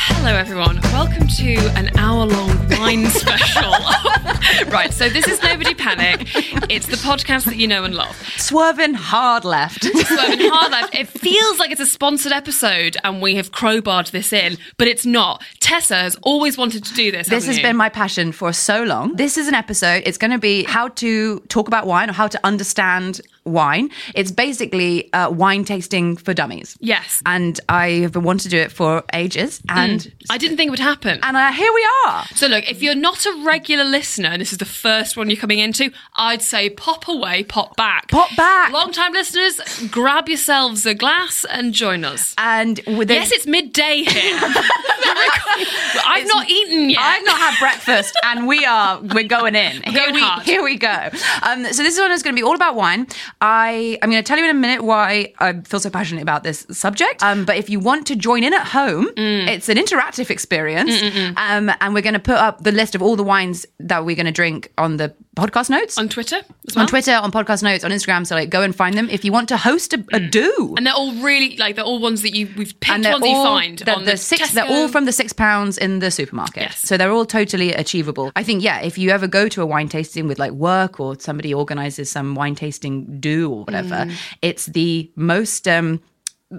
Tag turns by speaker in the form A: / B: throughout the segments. A: Hello, everyone. Welcome to an hour long wine special. right, so this is Nobody Panic. It's the podcast that you know and love.
B: Swerving hard left.
A: Swerving Hard Life. It feels like it's a sponsored episode and we have crowbarred this in, but it's not. Tessa has always wanted to do this.
B: This
A: hasn't
B: has
A: you?
B: been my passion for so long. This is an episode. It's going to be how to talk about wine or how to understand wine. It's basically uh, wine tasting for dummies.
A: Yes.
B: And I have been wanting to do it for ages. And
A: I didn't think it would happen.
B: and uh, here we are.
A: So, look, if you're not a regular listener and this is the first one you're coming into, I'd say pop away, pop back.
B: Pop back.
A: Long time listeners, grab yourselves a glass and join us.
B: And with
A: yes, it's midday here. I've not eaten yet.
B: I've not had breakfast, and we are we're going in. Here
A: going
B: we
A: hard.
B: here we go. Um, so this one is going to be all about wine. I I'm going to tell you in a minute why I feel so passionate about this subject. Um, but if you want to join in at home,
A: Mm.
B: it's an interactive experience. Um, and we're going to put up the list of all the wines that we're going to drink on the podcast notes.
A: on Twitter as well.
B: on Twitter, on podcast notes, on Instagram, so like go and find them if you want to host a, a do.
A: Mm. And they're all really like they're all ones that you we've picked
B: and
A: ones
B: they're
A: that you
B: all
A: find
B: they're
A: on
B: the
A: the
B: six.
A: Tesco.
B: They're all from the six pounds in the supermarket.
A: Yes.
B: So they're all totally achievable. I think yeah, if you ever go to a wine tasting with like work or somebody organises some wine tasting do or whatever,
A: Mm.
B: it's the most. Um,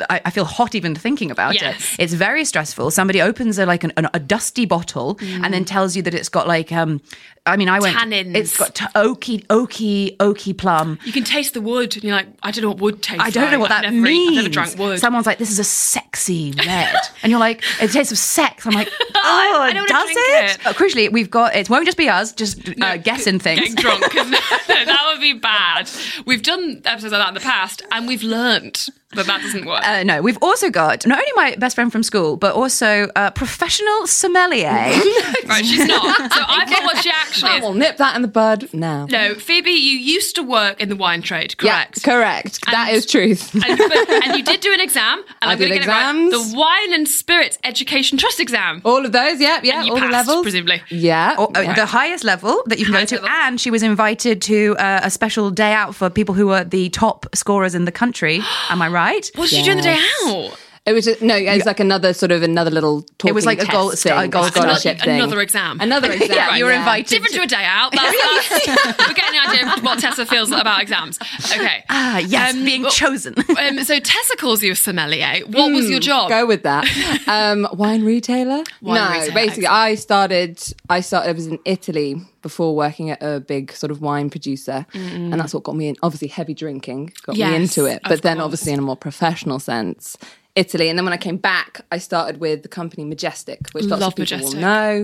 B: I, I feel hot even thinking about
A: Yes.
B: it. It's very stressful. Somebody opens a like an, an, a dusty bottle and then tells you that it's got like um. I mean, I went.
A: Mm. Tannins.
B: It's got t- oaky, oaky, oaky plum.
A: You can taste the wood, and you're like, I don't know what wood tastes.
B: I don't know
A: like.
B: what
A: I've
B: that
A: never,
B: means.
A: I've never drank wood.
B: Someone's like, "This is a sexy red," and you're like, "It tastes of sex." I'm like, "Oh,
A: don't wanna
B: does
A: drink
B: it?"
A: it.
B: Uh, crucially, we've got it. Won't just be us, just uh, guessing
A: Getting
B: things.
A: drunk, 'cause that would be bad. We've done episodes like that in the past, and we've learnt that that doesn't work.
B: Uh, no, we've also got not only my best friend from school, but also a professional sommelier.
A: right, she's not. So I've got what she actually
C: I
A: is.
C: will nip that in the bud now.
A: No, Phoebe, you used to work in the wine trade,
C: Yeah,
A: correct?
C: correct. that is truth.
A: and, but- and you did do an exam, and
C: I
A: am going to
C: did
A: get it right.
C: exams. Oh,
A: The Wine and Spirits Education Trust exam.
C: all of those, yeah, yeah,
A: And you
C: all
A: passed,
C: the levels.
A: presumably.
C: Yeah.
B: Or, uh, The highest level that you can
A: Highest
B: go to,
A: level.
B: and she was invited to uh, a special day out for people who are the top scorers in the country. Am I right?
A: What did you do in the day out?
C: It was just, no, it was like another sort of another little talking
B: was like a
C: test
B: goal-
C: thing,
B: a goal
C: scholarship
A: another,
C: thing.
A: another exam.
C: Another exam.
B: Yeah, you were
C: yeah.
B: invited.
A: Different to a day out. That's, that's, we're getting an idea of what Tessa feels about exams. Okay.
B: Ah, yes,
A: Um,
B: being
A: well-
B: chosen.
A: Um, so Tessa calls you a sommelier. What was your job?
C: Hmm, Go with that. Um, wine retailer.
A: Wine
C: no,
A: retailer,
C: basically, I started. I started. I was in Italy before working at a big sort of wine producer, and that's what got me in. Obviously, heavy drinking got me
A: Yes,
C: into it,
A: of
C: but then
A: course.
C: obviously in a more professional sense. Italy, and then when I came back, I started with the company Majestic, which lots
A: Love
C: of people
A: Majestic. Mm.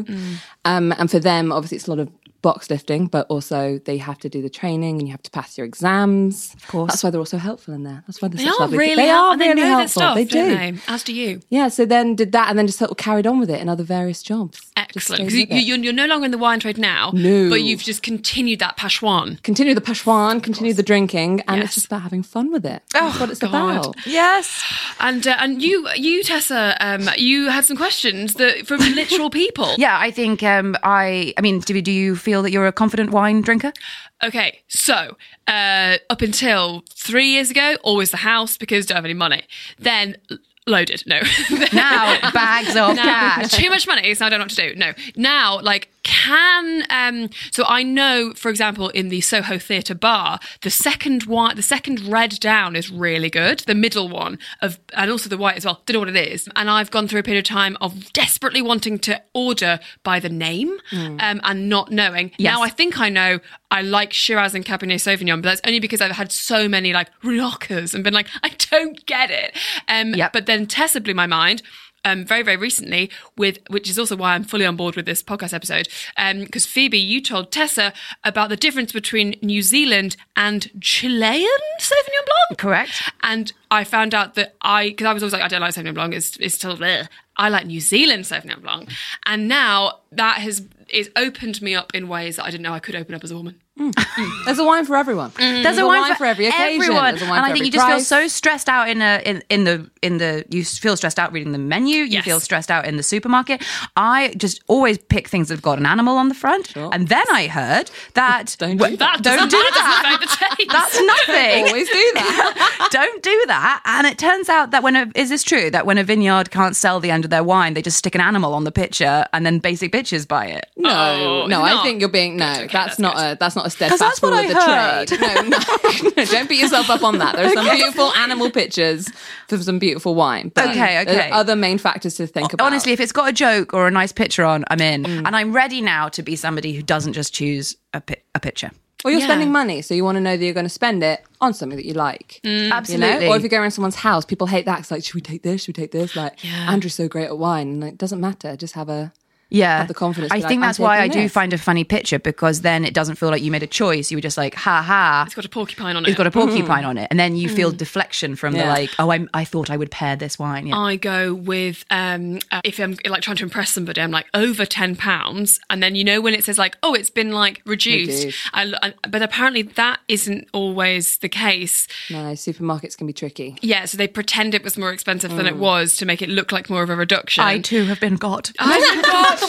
C: will know. Um, and for them, obviously, it's a lot of box lifting, but also they have to do the training and you have to pass your exams. Of
B: course.
C: that's why they're all so helpful in there. That's why they're
A: They are
C: such lovely.
A: really
C: they
A: help-
C: are
A: and
C: really
A: they know their
C: helpful.
A: stuff,
C: they do.
A: They? As do you.
C: Yeah, so then did that and then just sort of carried on with it in other various jobs. Just
A: Excellent.
C: stayed
A: 'Cause you,
C: with it.
A: you're, you're no longer in the wine trade now,
C: No.
A: but you've just continued that pashwan.
C: continue the pashwan, continue the drinking, and
A: Yes.
C: it's just about having fun with it.
B: Oh,
C: That's what it's
A: God.
C: about.
B: yes.
A: And uh, and you you Tessa, um, you had some questions that from literal people.
B: Yeah, I think um, I. I mean, do, do you feel that you're a confident wine drinker?
A: Okay, so uh, up until three years ago, always the house because don't have any money. Then loaded. No.
B: Now, bags of cash.
A: Too much money, so I don't know what to do. No. Now, like, can um so I know, for example, in the Soho Theatre bar, the second white the second red down is really good. The middle one of and also the white as well. Don't know what it is. And I've gone through a period of time of desperately wanting to order by the name um and not knowing. Now I think I know I like Shiraz and Cabernet Sauvignon, but that's only because I've had so many like rockers and been like, I don't get it. Um
B: Yep.
A: but then Tessa blew my mind um, very, very recently with, which is also why I'm fully on board with this podcast episode. Because Phoebe, you told Tessa about the difference between New Zealand and Chilean Sauvignon Blanc.
B: Correct.
C: Mm,
A: And I found out that I, because I was always like, I don't like Sauvignon Blanc. It's, it's still, bleh. I like New Zealand Sauvignon Blanc. And now that has, it's opened me up in ways that I didn't know I could open up as a woman.
C: There's a wine for everyone.
B: There's a Mm. wine, for,
C: every occasion.
B: Everyone.
C: There's a wine
B: and
C: for
B: I think
C: every
B: you just feel
C: price.
B: so stressed out in a in, in the in the you s- feel stressed out reading the menu. You
A: Yes.
B: feel stressed out in the supermarket. I just always pick things that've got an animal on the front, and then I heard that
C: Don't
B: Well,
C: do
A: That
B: don't
A: doesn't
B: do
A: matter, it doesn't
B: that.
A: affect the taste.
B: That's nothing.
C: Always do that.
B: don't do that. And it turns out that when a, is this true that when a vineyard can't sell the end of their wine, they just stick an animal on the picture and then basic bitches buy it.
C: No,
A: Oh,
C: no,
A: no.
C: I think you're being no.
A: okay,
C: that's,
A: that's
C: not
A: good.
C: a that's not a
B: 'Cause
C: steadfast
B: that's
C: rule
B: what
C: of the
B: I
C: trade. No, no, don't beat yourself up on that. There are some beautiful animal pictures for some beautiful wine. But
B: Okay,
C: there are
B: okay.
C: Other main factors to think about.
B: Honestly, if it's got a joke or a nice picture on, I'm in.
C: Mm.
B: And I'm ready now to be somebody who doesn't just choose a, pi- a picture.
C: or you're
A: Yeah.
C: spending money, so you want to know that you're going to spend it on something that you like. Mm, You know?
B: Mm, Absolutely.
C: Or if you go around someone's house, people hate that. It's like, should we take this? Should we take this? Like, Andrew's so great at wine, and it doesn't matter. Just have a
B: yeah.
C: have the confidence to
B: I
C: be like,
B: think
C: I'm
B: that's why I
C: taking
B: do
C: this.
B: find a funny picture because then it doesn't feel like you made a choice. You were just like, ha ha.
A: It's got a porcupine on it.
B: It's got a porcupine on it. And then you feel deflection from the
C: Mm. Yeah.
B: like, oh, I'm, I thought I would pair this wine. Yeah.
A: I go with um uh, if I'm like trying to impress somebody, I'm like over ten pounds, and then you know when it says like oh it's been like reduced,
C: Reduced.
A: I l- I- but apparently that isn't always the case.
C: no. Supermarkets can be tricky.
A: Yeah, so they pretend it was more expensive than it was to make it look like more of a reduction.
B: I too have been got.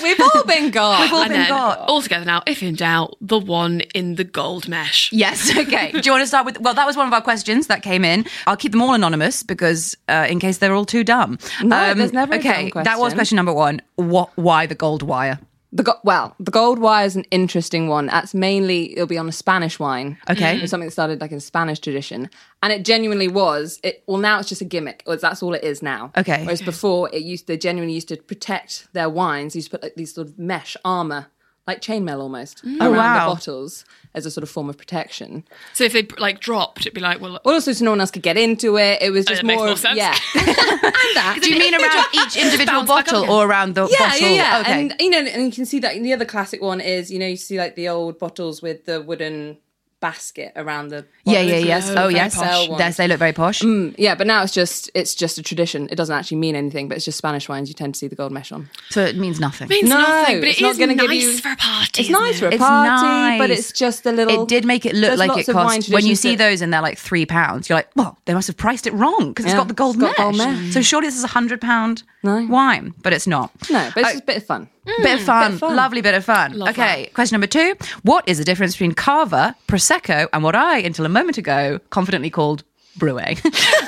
C: We've all been gone.
B: all
A: and
B: been
A: then
B: got.
A: altogether now, if in doubt, the one in the gold mesh.
B: Yes. Okay. Do you want to start with? Well, that was one of our questions that came in. I'll keep them all anonymous because, uh, in case they're all too dumb. Um,
C: No, there's never a
B: Okay.
C: dumb
B: That was
C: question.
B: question number one. What? Why the gold wire?
C: The go- well, the gold wire is an interesting one. That's mainly it'll be on a Spanish wine.
B: Okay.
C: it's something that started like in Spanish tradition, and it genuinely was. It well now it's just a gimmick. It's- That's all it is now.
B: Okay.
C: whereas before it used they genuinely used to protect their wines. They used to put like these sort of mesh armor, like chainmail almost, around
B: Mm. Oh, wow.
C: the bottles as a sort of form of protection.
A: So if they like dropped, it'd be like well.
C: Well, also so no one else could get into it. It was just
A: Oh, that makes more
C: of-
A: sense.
C: yeah. and that.
B: Do you mean around each individual
A: Bounce back up
B: bottle
A: again.
B: or around the
C: Yeah,
B: bottle?
C: yeah, yeah.
B: Okay.
C: And you know, and you can see that. And the other classic one is, you know, you see like the old bottles with the wooden basket around the.
B: yeah,
C: bottle.
B: yeah, yes.
C: Very
B: Oh, yes.
C: posh one.
B: Yes, they look very posh.
C: Yeah, but now it's just it's just a tradition. It doesn't actually mean anything, but it's just Spanish wines. You tend to see the gold mesh on.
B: So it means nothing.
A: Means
C: No,
A: nothing, but
C: it's
A: it
C: not
A: is
C: gonna
A: nice
C: give you-
A: for a party.
C: It's nice for a
B: It's
C: party, but
B: nice.
C: it's just a little.
B: It did make it look
C: There's
B: like it
C: lots of wine
B: cost. When you
C: traditions
B: see
C: that-
B: those and they're like three pounds, you're like, well, they must have priced it wrong because it's
C: Yeah,
B: got the gold,
C: it's got gold
B: mesh.
C: mesh.
B: So surely this is a hundred pound wine, but it's not. Uh,
C: No, but it's just a bit of fun.
B: Bit of fun. Lovely bit of fun. okay, question number two. What is the difference between Cava, Prosecco, and what I, until a moment ago, confidently called Brewé?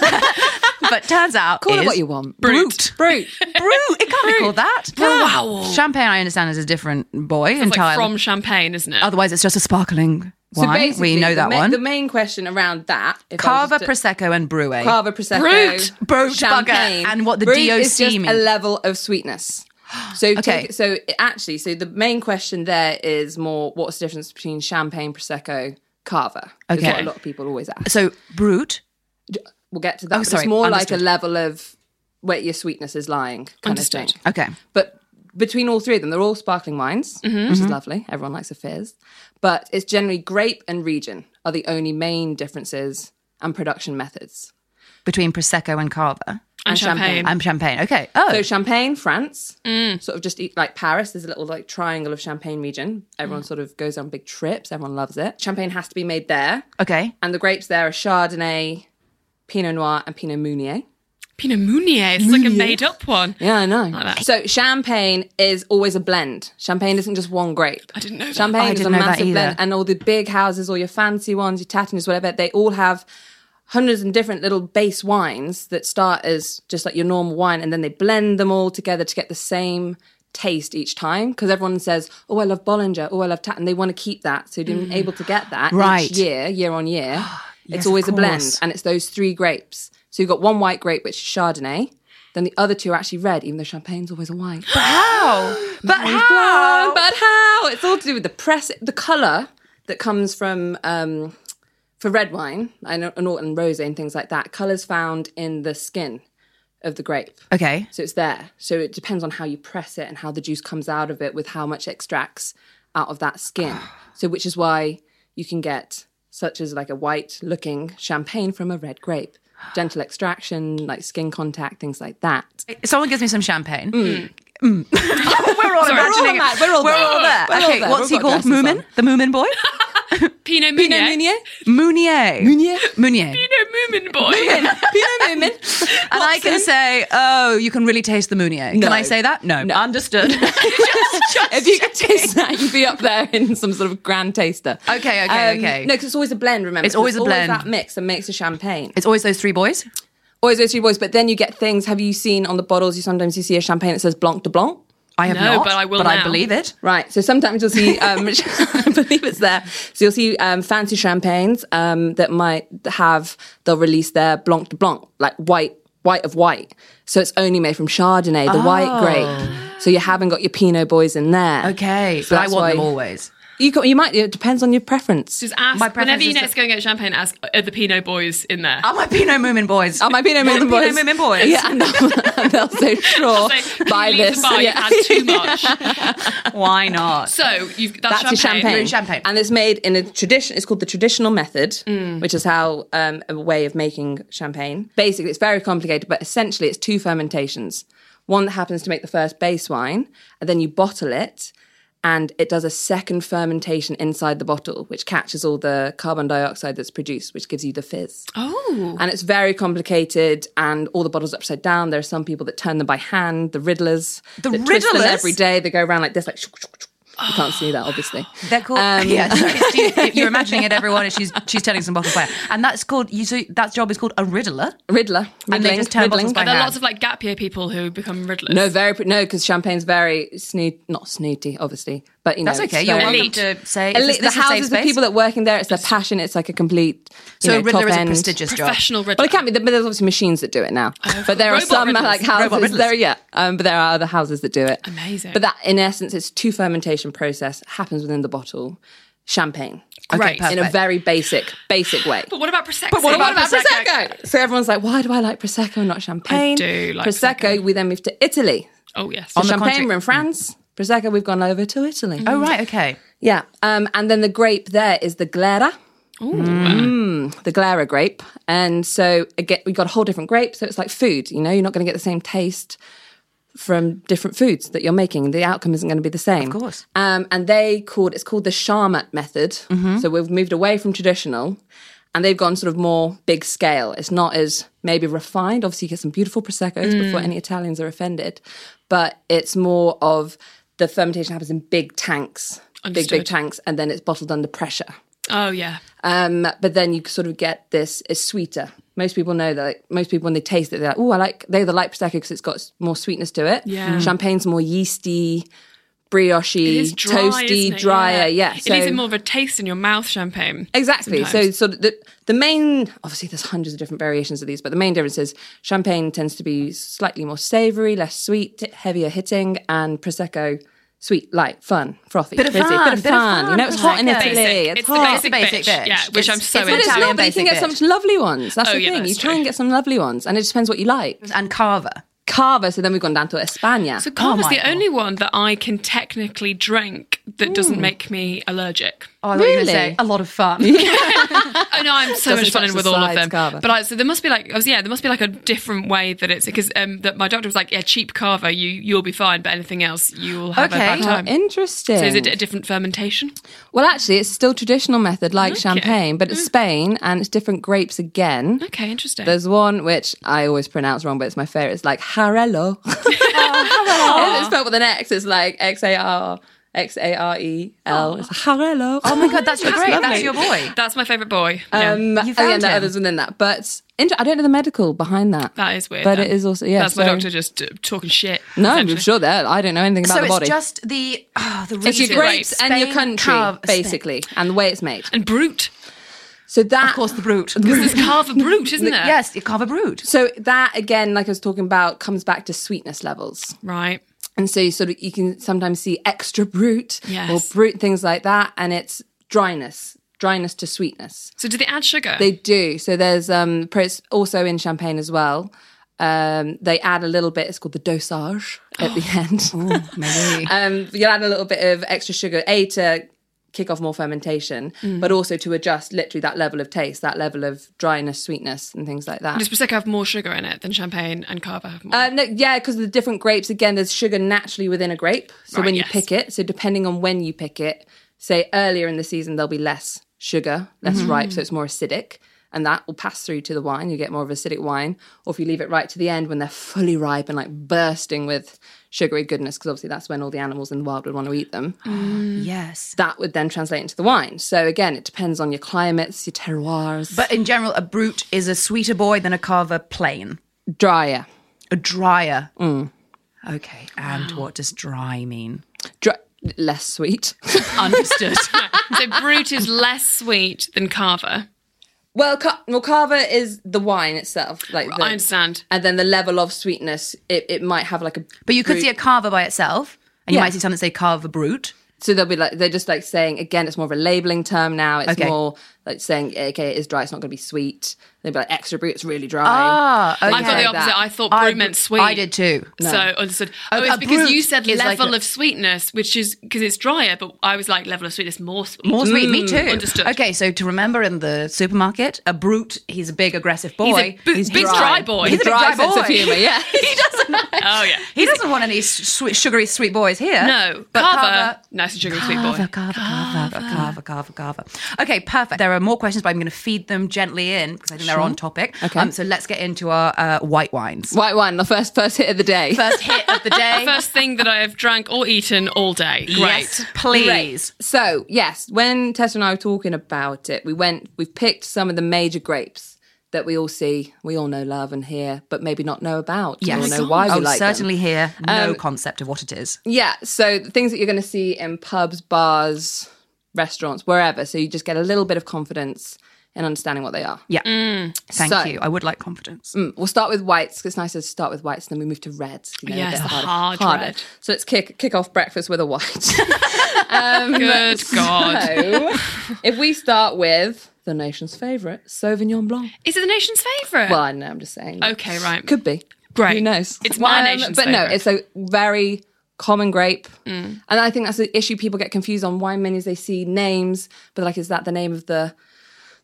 B: but turns out
C: Call
B: is
C: it what you want.
B: Brute.
C: Brute.
B: Brew. It can't be called that.
A: Wow.
B: Champagne, I understand, is a different boy
A: It's like
B: entirely.
A: from champagne, isn't it?
B: Otherwise, it's just a sparkling wine. we know
C: the
B: that
C: ma-
B: one.
C: The main question around that, if I was
B: Cava,
C: to-
B: Prosecco, and Brewé.
C: Cava Prosecco,
A: Brut.
B: Brut
C: champagne,
B: bugger. And what the
C: Brut
B: DOC
C: is just
B: means.
C: a level of sweetness. So
B: Okay.
C: take, so it- actually, so the main question there is more: what's the difference between champagne, prosecco, cava? Is
B: Okay.
C: what a lot of people always ask.
B: So, Brute.
C: We'll get to that. but
B: Oh, sorry,
C: It's more like
B: understood.
C: a level of where your sweetness is lying, kind
A: Understood.
C: of thing.
B: Okay.
C: But between all three of them, they're all sparkling wines,
B: Mm-hmm.
C: which is lovely. Everyone likes a fizz. But it's generally grape and region are the only main differences and production methods.
B: Between Prosecco and Cava.
A: and champagne.
B: And champagne. Okay. Oh.
C: So Champagne, France, sort of just eat, like Paris. There's a little like triangle of Champagne region. Everyone sort of goes on big trips. Everyone loves it. Champagne has to be made there,
B: okay.
C: and the grapes there are Chardonnay, Pinot Noir, and Pinot Meunier.
A: Pinot Meunier. It's like a made up one.
C: Yeah, I know. so champagne is always a blend. Champagne isn't just one grape. I
A: didn't know that.
C: Champagne
B: I
C: is
B: didn't
C: a
B: know that
C: massive
B: either.
C: blend, and all the big houses, all your fancy ones, your Tattinas, whatever, they all have hundreds of different little base wines that start as just like your normal wine and then they blend them all together to get the same taste each time because everyone says oh i love bollinger oh i love tat and they want to keep that so you're able to get that
B: Mm. Right.
C: each year year on year
B: Yes,
C: it's
B: of
C: always a blend
B: course.
C: and it's those three grapes so you've got one white grape which is chardonnay then the other two are actually red even though champagne's always a white
B: How? But
C: Brown,
B: how?
C: but how? It's all to do with the press, the color that comes from um, for red wine and, and, and rosé and things like that. Colors found in the skin of the grape,
B: Okay.
C: so it's there. So it depends on how you press it and how the juice comes out of it, with how much extracts out of that skin. So which is why you can get such as like a white looking champagne from a red grape. Gentle extraction, like skin contact, things like that.
B: Someone gives me some champagne. Mm. we're all imagining. it.
C: We're all ima- we're all
B: we're
C: there.
B: all there.
C: We're all
B: okay,
C: there.
B: what's
C: We've
B: he called?
C: got glasses on.
B: Moomin? The Moomin boy?
A: Pinot Meunier.
C: Pinot Meunier,
B: Mounier.
C: Meunier?
B: Mounier.
A: Pinot Moomin boy.
C: Pinot Moomin.
B: And I can say, oh, you can really taste the Mounier.
C: No.
B: Can I say that? No.
C: No.
B: Understood.
C: if you could taste that, you'd be up there in some sort of grand taster. Um,
B: Okay, okay, okay.
C: No, because it's always a blend. Remember,
B: It's
C: So
B: always a blend.
C: that mix that makes a champagne.
B: it's always those three boys.
C: Always those three boys. But then you get things. Have you seen on the bottles? You sometimes you see a champagne that says Blanc de Blanc.
B: I have
A: No,
B: not,
A: but I will now.
B: believe it.
C: Right. So sometimes you'll see, um, I believe it's there. So you'll see um, fancy champagnes um, that might have, they'll release their Blanc de Blanc, like white, white of white. So it's only made from Chardonnay, the
B: Oh.
C: white grape. So you haven't got your Pinot boys in there.
B: Okay,
C: So
B: but I
C: that's
B: want them
C: why-
B: always.
C: You, got, you might, it depends on your preference.
A: Just ask
B: My preference
A: whenever you
B: is
A: next
B: that-
A: go and get champagne, ask are the Pinot boys in there.
B: Are my Pinot Moomin boys?
C: Are Oh, my Pinot
B: Are the
C: Moomin boys?
B: Pinot Moomin boys?
C: Yeah, and they'll, and they'll say, sure,
A: So, can
C: buy
A: you leave
C: this.
A: The bar?
C: Yeah.
A: You've had too much.
B: Why not?
A: So you've that's,
C: That's
A: champagne. Mm.
C: a champagne.
B: champagne.
C: And it's made in a tradition, it's called the traditional method, which is how um, a way of making champagne. Basically, it's very complicated, but essentially, it's two fermentations. One that happens to make the first base wine, and then you bottle it, and it does a second fermentation inside the bottle, which catches all the carbon dioxide that's produced, which gives you the fizz.
A: Oh.
C: and it's very complicated and all the bottles upside down there are some people that turn them by hand the riddlers
B: The
C: that twist them
B: Riddlers?
C: every day they go around like this like shuk, shuk, shuk. you can't see that obviously
B: They're called.
C: Um,
B: yeah, she's- she's- if you're imagining it, everyone. is She's she's telling some bottles by, hand. and that's called. You so that job is called a riddler.
C: riddler
B: And they
C: riddling,
B: just turn bottles
C: riddling.
B: by
A: Are there
B: hand.
A: lots of like gap year people who become riddlers?
C: no very pr- no because champagne's very snoot not snooty obviously but you know
B: That's okay.
C: it's
B: You're
C: very-
B: welcome to say
C: Elite-
B: this, this is
C: the
B: a safe
C: houses the
B: space.
C: people that work in there it's their passion it's like a complete you
B: So
C: know,
B: a riddler
C: top
B: is a
C: end.
B: prestigious job.
A: Professional riddler.
C: Well, it can't be, but there's obviously machines that do it now. but there are
A: Robot
C: some
A: riddlers.
C: like
B: Robot
C: houses.
B: riddlers.
C: There, yeah, um, but there are other houses that do it.
A: Amazing.
C: But that, in essence, it's two fermentation process happens within the bottle, champagne,
A: Great.
C: in a very basic, basic way.
A: But what about prosecco?
C: But So everyone's like, why do I like prosecco and not champagne?
A: do like
C: prosecco. We then moved to Italy.
A: Oh yes.
C: So champagne
B: contrary-
C: we're in
A: Mm.
C: France. Prosecco we've gone over to Italy.
B: Oh right, okay.
C: Yeah, um, and then the grape there is the glera
A: Ooh.
C: the Glera grape. And so again, we got a whole different grape. So it's like food, you know, you're not going to get the same taste from different foods that you're making. The outcome isn't going to be the same. Of
B: course.
C: Um, and they called, it's called the Sharmat method. So we've moved away from traditional and they've gone sort of more big scale. It's not as maybe refined. Obviously you get some beautiful Prosecco's before any Italians are offended, but it's more of the fermentation happens in big tanks, big,
A: Understood.
C: big tanks, and then it's bottled under pressure.
A: Oh yeah.
C: Um, but then you sort of get this is sweeter. Most people know that. Like, most people, when they taste it, they're like, "Oh, I like." They either like prosecco because it's got s- more sweetness to it.
A: Yeah.
C: champagne's more yeasty, brioche,
A: It is dry,
C: toasty,
A: isn't it?
C: drier. Yeah,
A: It leaves it more of a taste in your mouth. Champagne.
C: Exactly. So,
A: sometimes.
C: sort of the, the main, obviously, there's hundreds of different variations of these, but the main difference is champagne tends to be slightly more savory, less sweet, heavier hitting, and prosecco. Sweet, light, fun, frothy,
B: Ah, Bit of
C: busy,
B: fun,
C: bit of fun. You know, it's hot in
B: Prosecco.
C: Italy.
A: Basic.
C: It's,
A: It's the
C: hot.
A: basic bitch. Yeah, which I'm so
B: it's
C: But it's
A: Italian
C: not, but you can get some
B: basic
C: lovely ones. That's
A: Oh,
C: the
A: yeah,
C: thing.
A: that's
C: you try and
A: true.
C: get some lovely ones, and it just depends what you like.
B: bitch. and Carver.
C: Carver, so then we've gone down to España.
A: So Cava is the
B: Michael.
A: only one that I can technically drink that doesn't make me allergic.
B: Oh, I thought you were gonna
C: Really?
B: say a lot of fun.
A: Oh no, I'm so
C: Doesn't
A: much fun in
C: touch the
A: with all of
C: sides,
A: them.
C: Carver.
A: But I, so there must be like, I was, yeah, there must be like a different way that it's because um, that my doctor was like, yeah, cheap carver, you you'll be fine, but anything else, you will have
B: Okay.
A: a bad
B: Oh,
A: time.
C: Interesting.
A: so is it a different fermentation?
C: well, actually, it's still traditional method like champagne, but it's Spain and it's different grapes again.
A: Mm. Okay, interesting.
C: There's one which I always pronounce wrong, but it's my favorite. It's like Jarello. It's spelled with an X. It's like X A R X A R E L. It's Harello. Oh my
B: God, that's your great. That's your boy.
A: That's my favourite boy. Yeah.
C: Um,
B: You
C: oh, yeah,
B: found
C: no,
B: him.
C: others within that, but inter- I don't know the medical behind that.
A: that is weird.
C: But
A: then.
C: it is also yeah.
A: That's
C: it's
A: my
C: very-
A: doctor just uh, talking shit.
C: No, I'm
A: essentially.
C: sure that I don't know anything about
B: So
C: the
B: it's
C: body.
B: just the oh, the
C: it's your
B: region.
C: grapes and your
B: Spain
C: country,
B: carve- Spain.
C: basically, and the way it's made.
A: And brute.
C: So that
B: Of course, the brute.
A: There's carve a brute, isn't there?
B: yes, you carve a brute.
C: So that again, like I was talking about, comes back to sweetness levels.
A: Right.
C: And so you sort of you can sometimes see extra brute
A: Yes.
C: or brute things like that, and it's dryness, dryness to sweetness.
A: So do they add sugar?
C: They do. So there's um pro- it's also in champagne as well. Um, they add a little bit. It's called the dosage at the end.
B: Maybe.
C: um, you'll add a little bit of extra sugar, a to kick off more fermentation, but also to adjust literally that level of taste, that level of dryness, sweetness, and things like that.
A: Does Prosecco have more sugar in it than champagne and Cava have more?
C: Uh, no, yeah, because of the different grapes. Again, there's sugar naturally within a grape. So
A: Right,
C: when you
A: yes.
C: pick it, so depending on when you pick it, say earlier in the season, there'll be less sugar, less
A: Mm.
C: ripe, so it's more acidic. And that will pass through to the wine. You get more of acidic wine. Or if you leave it right to the end when they're fully ripe and like bursting with sugary goodness, because obviously that's when all the animals in the wild would want to eat them,
B: yes.
C: that would then translate into the wine. So again, it depends on your climates, your terroirs.
B: But in general, a brute is a sweeter boy than a carver plain,
C: drier.
B: a drier. Okay, and what does dry mean?
C: Dry, less sweet.
A: Understood. so brute is less sweet than Cava.
C: Well, ca- well, cava is the wine itself, like the,
A: I understand.
C: and then the level of sweetness. It, it might have like a,
B: But you could
C: brute-
B: see a carver by itself, and you
C: Yeah.
B: might see something that say carver brute.
C: so they'll be like they're just like saying again, it's more of a labeling term now. It's
B: Okay.
C: more like saying okay, it is dry. It's not going to be sweet. They'll be like extra brute. It's really dry.
B: Ah, okay.
A: I thought the
C: like
A: opposite.
C: that.
A: I thought brute
B: I-
A: meant sweet.
B: I did too.
A: So understood. Oh,
B: A-
A: it's
B: a
A: because you
B: brute
A: said
B: is like
A: level
B: a-
A: of sweetness, which is because it's drier. But I was like level of sweetness, more sweet.
B: More sweet, me too.
A: Mm, understood.
B: Okay, so to remember in the supermarket, a brute, he's a big aggressive boy.
A: He's a b- big dry boy.
B: He's a big
C: Dry
B: dry,
C: sense
B: boy.
C: of humour, yeah.
B: he doesn't.
A: Oh yeah.
B: He doesn't want any sweet, sugary sweet boys here.
A: No,
B: but
A: Carver,
B: Carver
A: nice and sugary sweet
B: Carver,
A: boy.
B: Carver, Carver, Carver, Carver, Carver. Okay, perfect. There are more questions, but I'm going to feed them gently in because I think they're on topic.
C: Okay.
B: Um, so let's get into our uh, white wines.
C: White wine, the first first hit of the day.
B: First hit of the day.
A: First thing that I have drank or eaten all day. Great.
B: Yes, please.
C: So yes, when Tess and I were talking about it, we went. We've picked some of the major grapes that we all see, we all know, love, and hear, but maybe not know about.
B: Yes.
C: or know why we
B: oh,
C: like them.
B: certainly here.
A: Um,
B: No concept of what it is.
C: Yeah, so the things that you're going to see in pubs, bars, restaurants, wherever. So you just get a little bit of confidence in understanding what they are.
B: Yeah.
A: Mm.
B: Thank
C: So-
B: you. I would like confidence.
C: We'll start with whites. 'cause It's nicer to start with whites, and then we move to reds. You know,
A: Yes,
C: a bit
A: the
C: harder,
A: hard
C: harder.
A: red.
C: So let's kick kick off breakfast with a white.
B: Um,
A: Good God.
C: so if we start with the nation's favourite, Sauvignon Blanc.
A: Is it the nation's favourite?
C: Well, I know, I'm just saying.
A: Okay, right.
C: Could be.
A: Great.
C: Who knows? Um,
A: It's my nation's
C: But
A: favourite.
C: no,
A: Mm.
C: it's a very common grape. And I think that's the issue people get confused on wine menus. They see names, but like, is that the name of the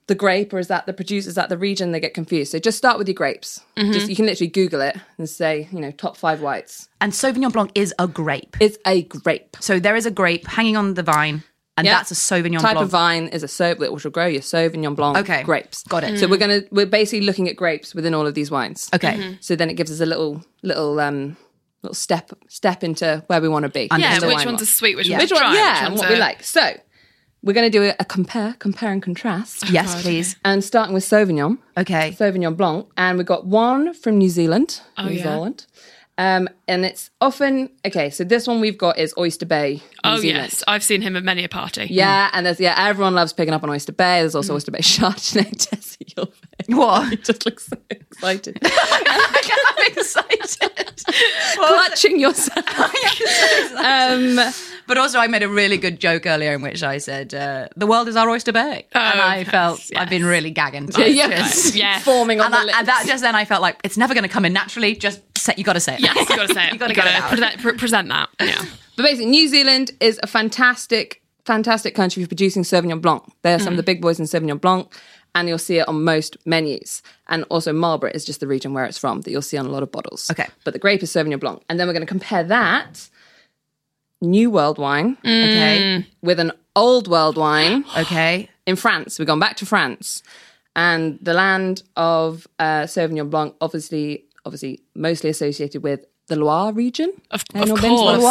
C: the grape or is that the producer? Is that the region? They get confused. So just start with your grapes.
A: Mm-hmm.
C: Just you can literally Google it and say, you know, top five whites.
B: And Sauvignon Blanc is a grape.
C: It's a grape.
B: So there is a grape hanging on the vine, and
C: Yeah.
B: that's a Sauvignon
C: type
B: Blanc.
C: of vine is a Sauv that will grow your Sauvignon Blanc
B: Okay.
C: grapes.
B: Got it.
C: So we're gonna we're basically looking at grapes within all of these wines. Mm-hmm.
B: Okay.
C: So then it gives us a little little um little step step into where we want to be.
A: yeah,
C: in the
A: which
C: wine
A: ones are
C: world.
A: sweet, which
C: Yeah.
A: ones
C: Which
A: are
C: one?
A: dry,
C: yeah,
A: which
C: and
A: ones
C: what we
A: are-
C: like. So we're gonna do a, a compare, compare and contrast.
B: Yes, please.
C: And starting with Sauvignon,
B: Okay.
C: Sauvignon Blanc, and we've got one from New Zealand.
A: Oh,
C: New
A: yeah.
C: Zealand. Um, and it's often okay. So this one we've got is Oyster Bay. New
A: Oh
C: Zealand.
A: yes, I've seen him at many a party.
B: Mm.
C: Yeah, and there's yeah, everyone loves picking up on Oyster Bay. There's also Oyster Bay Chardonnay. Jesse, your face.
B: What?
C: You just look so excited,
B: I'm excited.
C: clutching yourself. um,
B: But also, I made a really good joke earlier in which I said, uh, "The world is our oyster bay," and I
A: yes,
B: felt
A: yes.
B: I've been really gagging.
C: Oh, yeah,
B: by
C: yes,
B: this.
A: Yes.
C: forming on
B: And,
C: the
B: that,
C: lips.
B: and that just then I felt like it's never going to come in naturally. Just say, you got to say it.
A: Yes, you gotta say it.
B: you got to get it out.
A: present, pre- present that. Yeah.
C: But basically, New Zealand is a fantastic, fantastic country for producing Sauvignon Blanc. They're some of the
B: Mm.
C: big boys in Sauvignon Blanc, and you'll see it on most menus. And also, Marlborough is just the region where it's from that you'll see on a lot of bottles.
B: Okay.
C: But the grape is Sauvignon Blanc. And then we're going to compare that New World wine
B: Mm. Okay,
C: with an Old World wine
B: okay.
C: in France. We've gone back to France. And the land of uh, Sauvignon Blanc, obviously, obviously, mostly associated with the Loire region.
A: Of,
C: Anyone
A: of
C: been to the
A: course.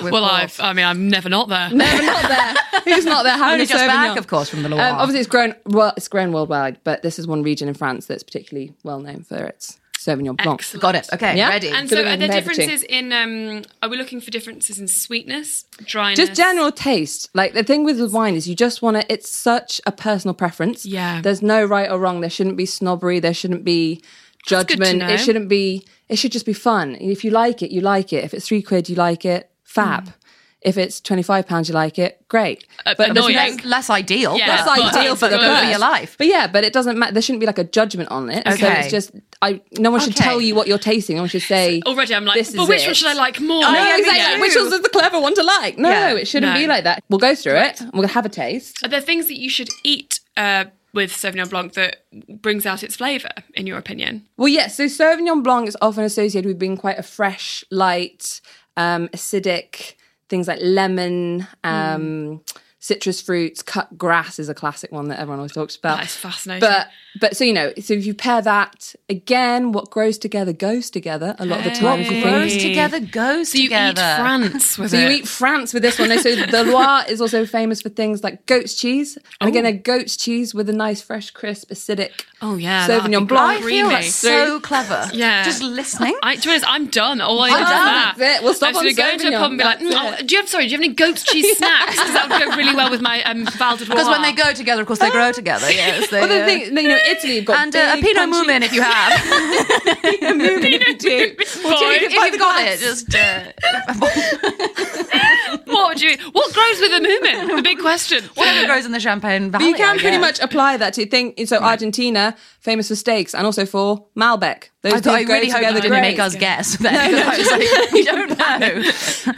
C: Loire?
A: Well, I've, I mean, I'm never not there.
C: Never not there. Who's not there having
B: Only
C: a
B: just
C: Sauvignon?
B: back, of course, from the Loire.
C: Um, obviously, it's grown well, it's grown worldwide, but this is one region in France that's particularly well known for its Sauvignon Blanc.
A: Excellent.
B: Got it. Okay,
C: Yeah.
B: ready.
A: And
C: So
A: so,
C: we're
A: are there
C: compared the two.
A: differences in? Um, are we looking for differences in sweetness, dryness,
C: Just general taste. Like the thing with the wine is you just want to. It's such a personal preference.
A: Yeah.
C: There's no right or wrong. There shouldn't be snobbery. There shouldn't be
A: good to
C: judgment.
A: know.
C: It shouldn't be. It should just be fun. If you like it, you like it. If it's three quid, you like it.
A: Mm.
C: Fab. If it's twenty five pounds, you like it. Great. but there's
A: Uh, annoying.
C: no
B: Less, less ideal.
A: Yeah.
C: That's
A: But
C: ideal
A: it's
C: for the
A: good.
C: purpose
A: for
B: your life.
C: But yeah, but it doesn't matter. There shouldn't be like a judgment on it. So
B: Okay.
C: it's just, I no one should
B: Okay.
C: tell you what you're tasting. No one should say
A: Already, I'm like,
C: this
A: but
C: is
A: which
C: it."
A: one should I like more?
C: Oh, No,
B: Oh, yeah, me
C: exactly.
B: too.
C: like, Which one's the clever one to like? No,
B: Yeah.
C: it shouldn't
A: No.
C: be like that. We'll go through it. and We'll have a taste.
A: Are there things that you should eat uh, with Sauvignon Blanc that brings out its flavour, in your opinion?
C: Well, yes. so Sauvignon Blanc is often associated with being quite a fresh, light, um, acidic. Things like lemon, um, citrus fruits, cut grass is a classic one that everyone always talks about.
A: That's fascinating.
C: But but so you know, so if you pair that again, what grows together goes together. A lot of the time, if you
B: Grows
C: think.
B: together, goes
A: so you
B: together.
A: eat France with
C: So
A: it.
C: you eat France with this one. No, So the Loire is also famous for things like goat's cheese,
B: Oh.
C: and again a goat's cheese with a nice, fresh, crisp, acidic.
A: Oh, yeah, that'd
C: Sauvignon
A: be
B: I
C: Blanc.
A: great.
B: feel
A: Creamy.
B: that's so clever.
A: Yeah.
B: Just listening.
A: I, to be honest, I'm done. All I know
C: I'm
A: is
C: done.
A: that.
C: That's it. We'll stop
A: I'm just
C: on
A: gonna go to a
C: Sauvignon.
A: pub and be like,
C: That's
A: "Mm,
C: it.
A: oh, do you have? Sorry, do you have any goat's cheese snacks? Because that would go really well with my um, Val de
B: Because when they go
A: Loire.
B: together, of course, they grow together. Yes. They,
C: Well, the
B: uh,
C: thing, you know, Italy have got
B: and uh, a
C: big,
B: Pinot
C: punchy-
B: Moomin if you have. Oh,
C: Pinot Moomin if you do.
A: Fine.
C: We'll take it
B: if
C: by
B: you've
C: the
B: got
C: glass.
B: it, just. Uh,
A: what would you? eat? What grows with a moomin? The big question.
B: whatever grows in the champagne valley.
C: But you can
B: I
C: pretty
B: guess.
C: much apply that to think. So Argentina, famous for steaks, and also for Malbec. Those
B: I,
C: two
B: thought, I
C: go
B: really hope you
C: together
B: didn't
C: great.
B: make us guess. Then, because I was like, we don't know.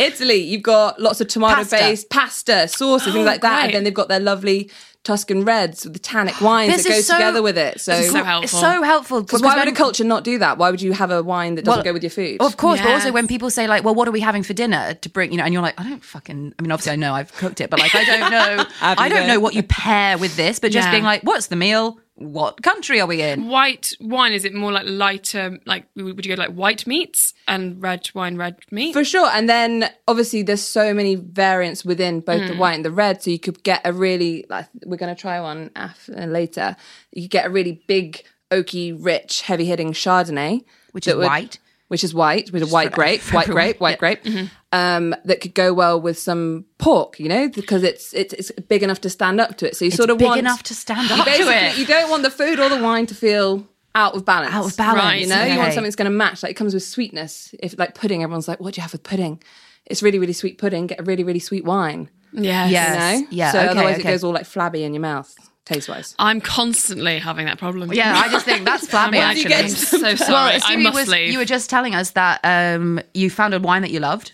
C: Italy, you've got lots of tomato based pasta, sauces,
B: Oh,
C: things like that.
A: great.
C: And then they've got their lovely Tuscan reds with the tannic wines
B: This
C: that
B: is
C: goes
B: so-
C: together with it. So,
A: is so helpful.
B: It's so helpful.
C: Because why would
B: when-
C: a culture not do that? Why would you have a wine that doesn't
B: Well,
C: go with your food?
B: Of course, but also
A: Yes.
B: when people say like, "Well, what are we having for dinner to bring?" You know, and you're like, "I don't fucking." I mean, obviously, I know I've cooked it, but like, I don't know. I don't
C: either.
B: know what you pair with this. But just
A: Yeah.
B: being like, "What's the meal? What country are we in?"
A: white wine is it more like lighter like would you go like white meats and red wine red meat
C: For sure. And then obviously there's so many variants within both
B: Hmm.
C: the white and the red. So you could get a really, like, we're going to try one af- uh, later. You could get a really big, oaky, rich, heavy hitting Chardonnay.
B: Which
C: that
B: is white.
C: Which is white, with a white grape, white grape, white grape,
B: Mm-hmm.
C: um, that could go well with some pork, you know, because it's it's, it's big enough to stand up to it. So you
B: It's
C: sort of
B: big
C: want
B: enough to stand
C: you
B: up to
C: basically-
B: it.
C: You don't want the food or the wine to feel out of balance.
B: Out of balance,
A: Right.
C: you know. You want
B: okay.
C: something that's going to match. Like it comes with sweetness. If like pudding, everyone's like, "What do you have with pudding?" It's really, really sweet pudding. Get a really, really sweet wine.
A: yes.
C: You
B: Yeah. Yes.
C: know.
B: Yeah,
C: So
B: okay,
C: otherwise,
B: okay. Uh,
C: it goes all like flabby in your mouth, taste wise.
A: i'm constantly having that problem
B: Yeah, I just think that's flammy.
A: I'm,
B: Actually,
A: actually, I'm so sorry i
B: Stevie
A: must
B: was-
A: leave
B: You were just telling us that um, you found a wine that you loved.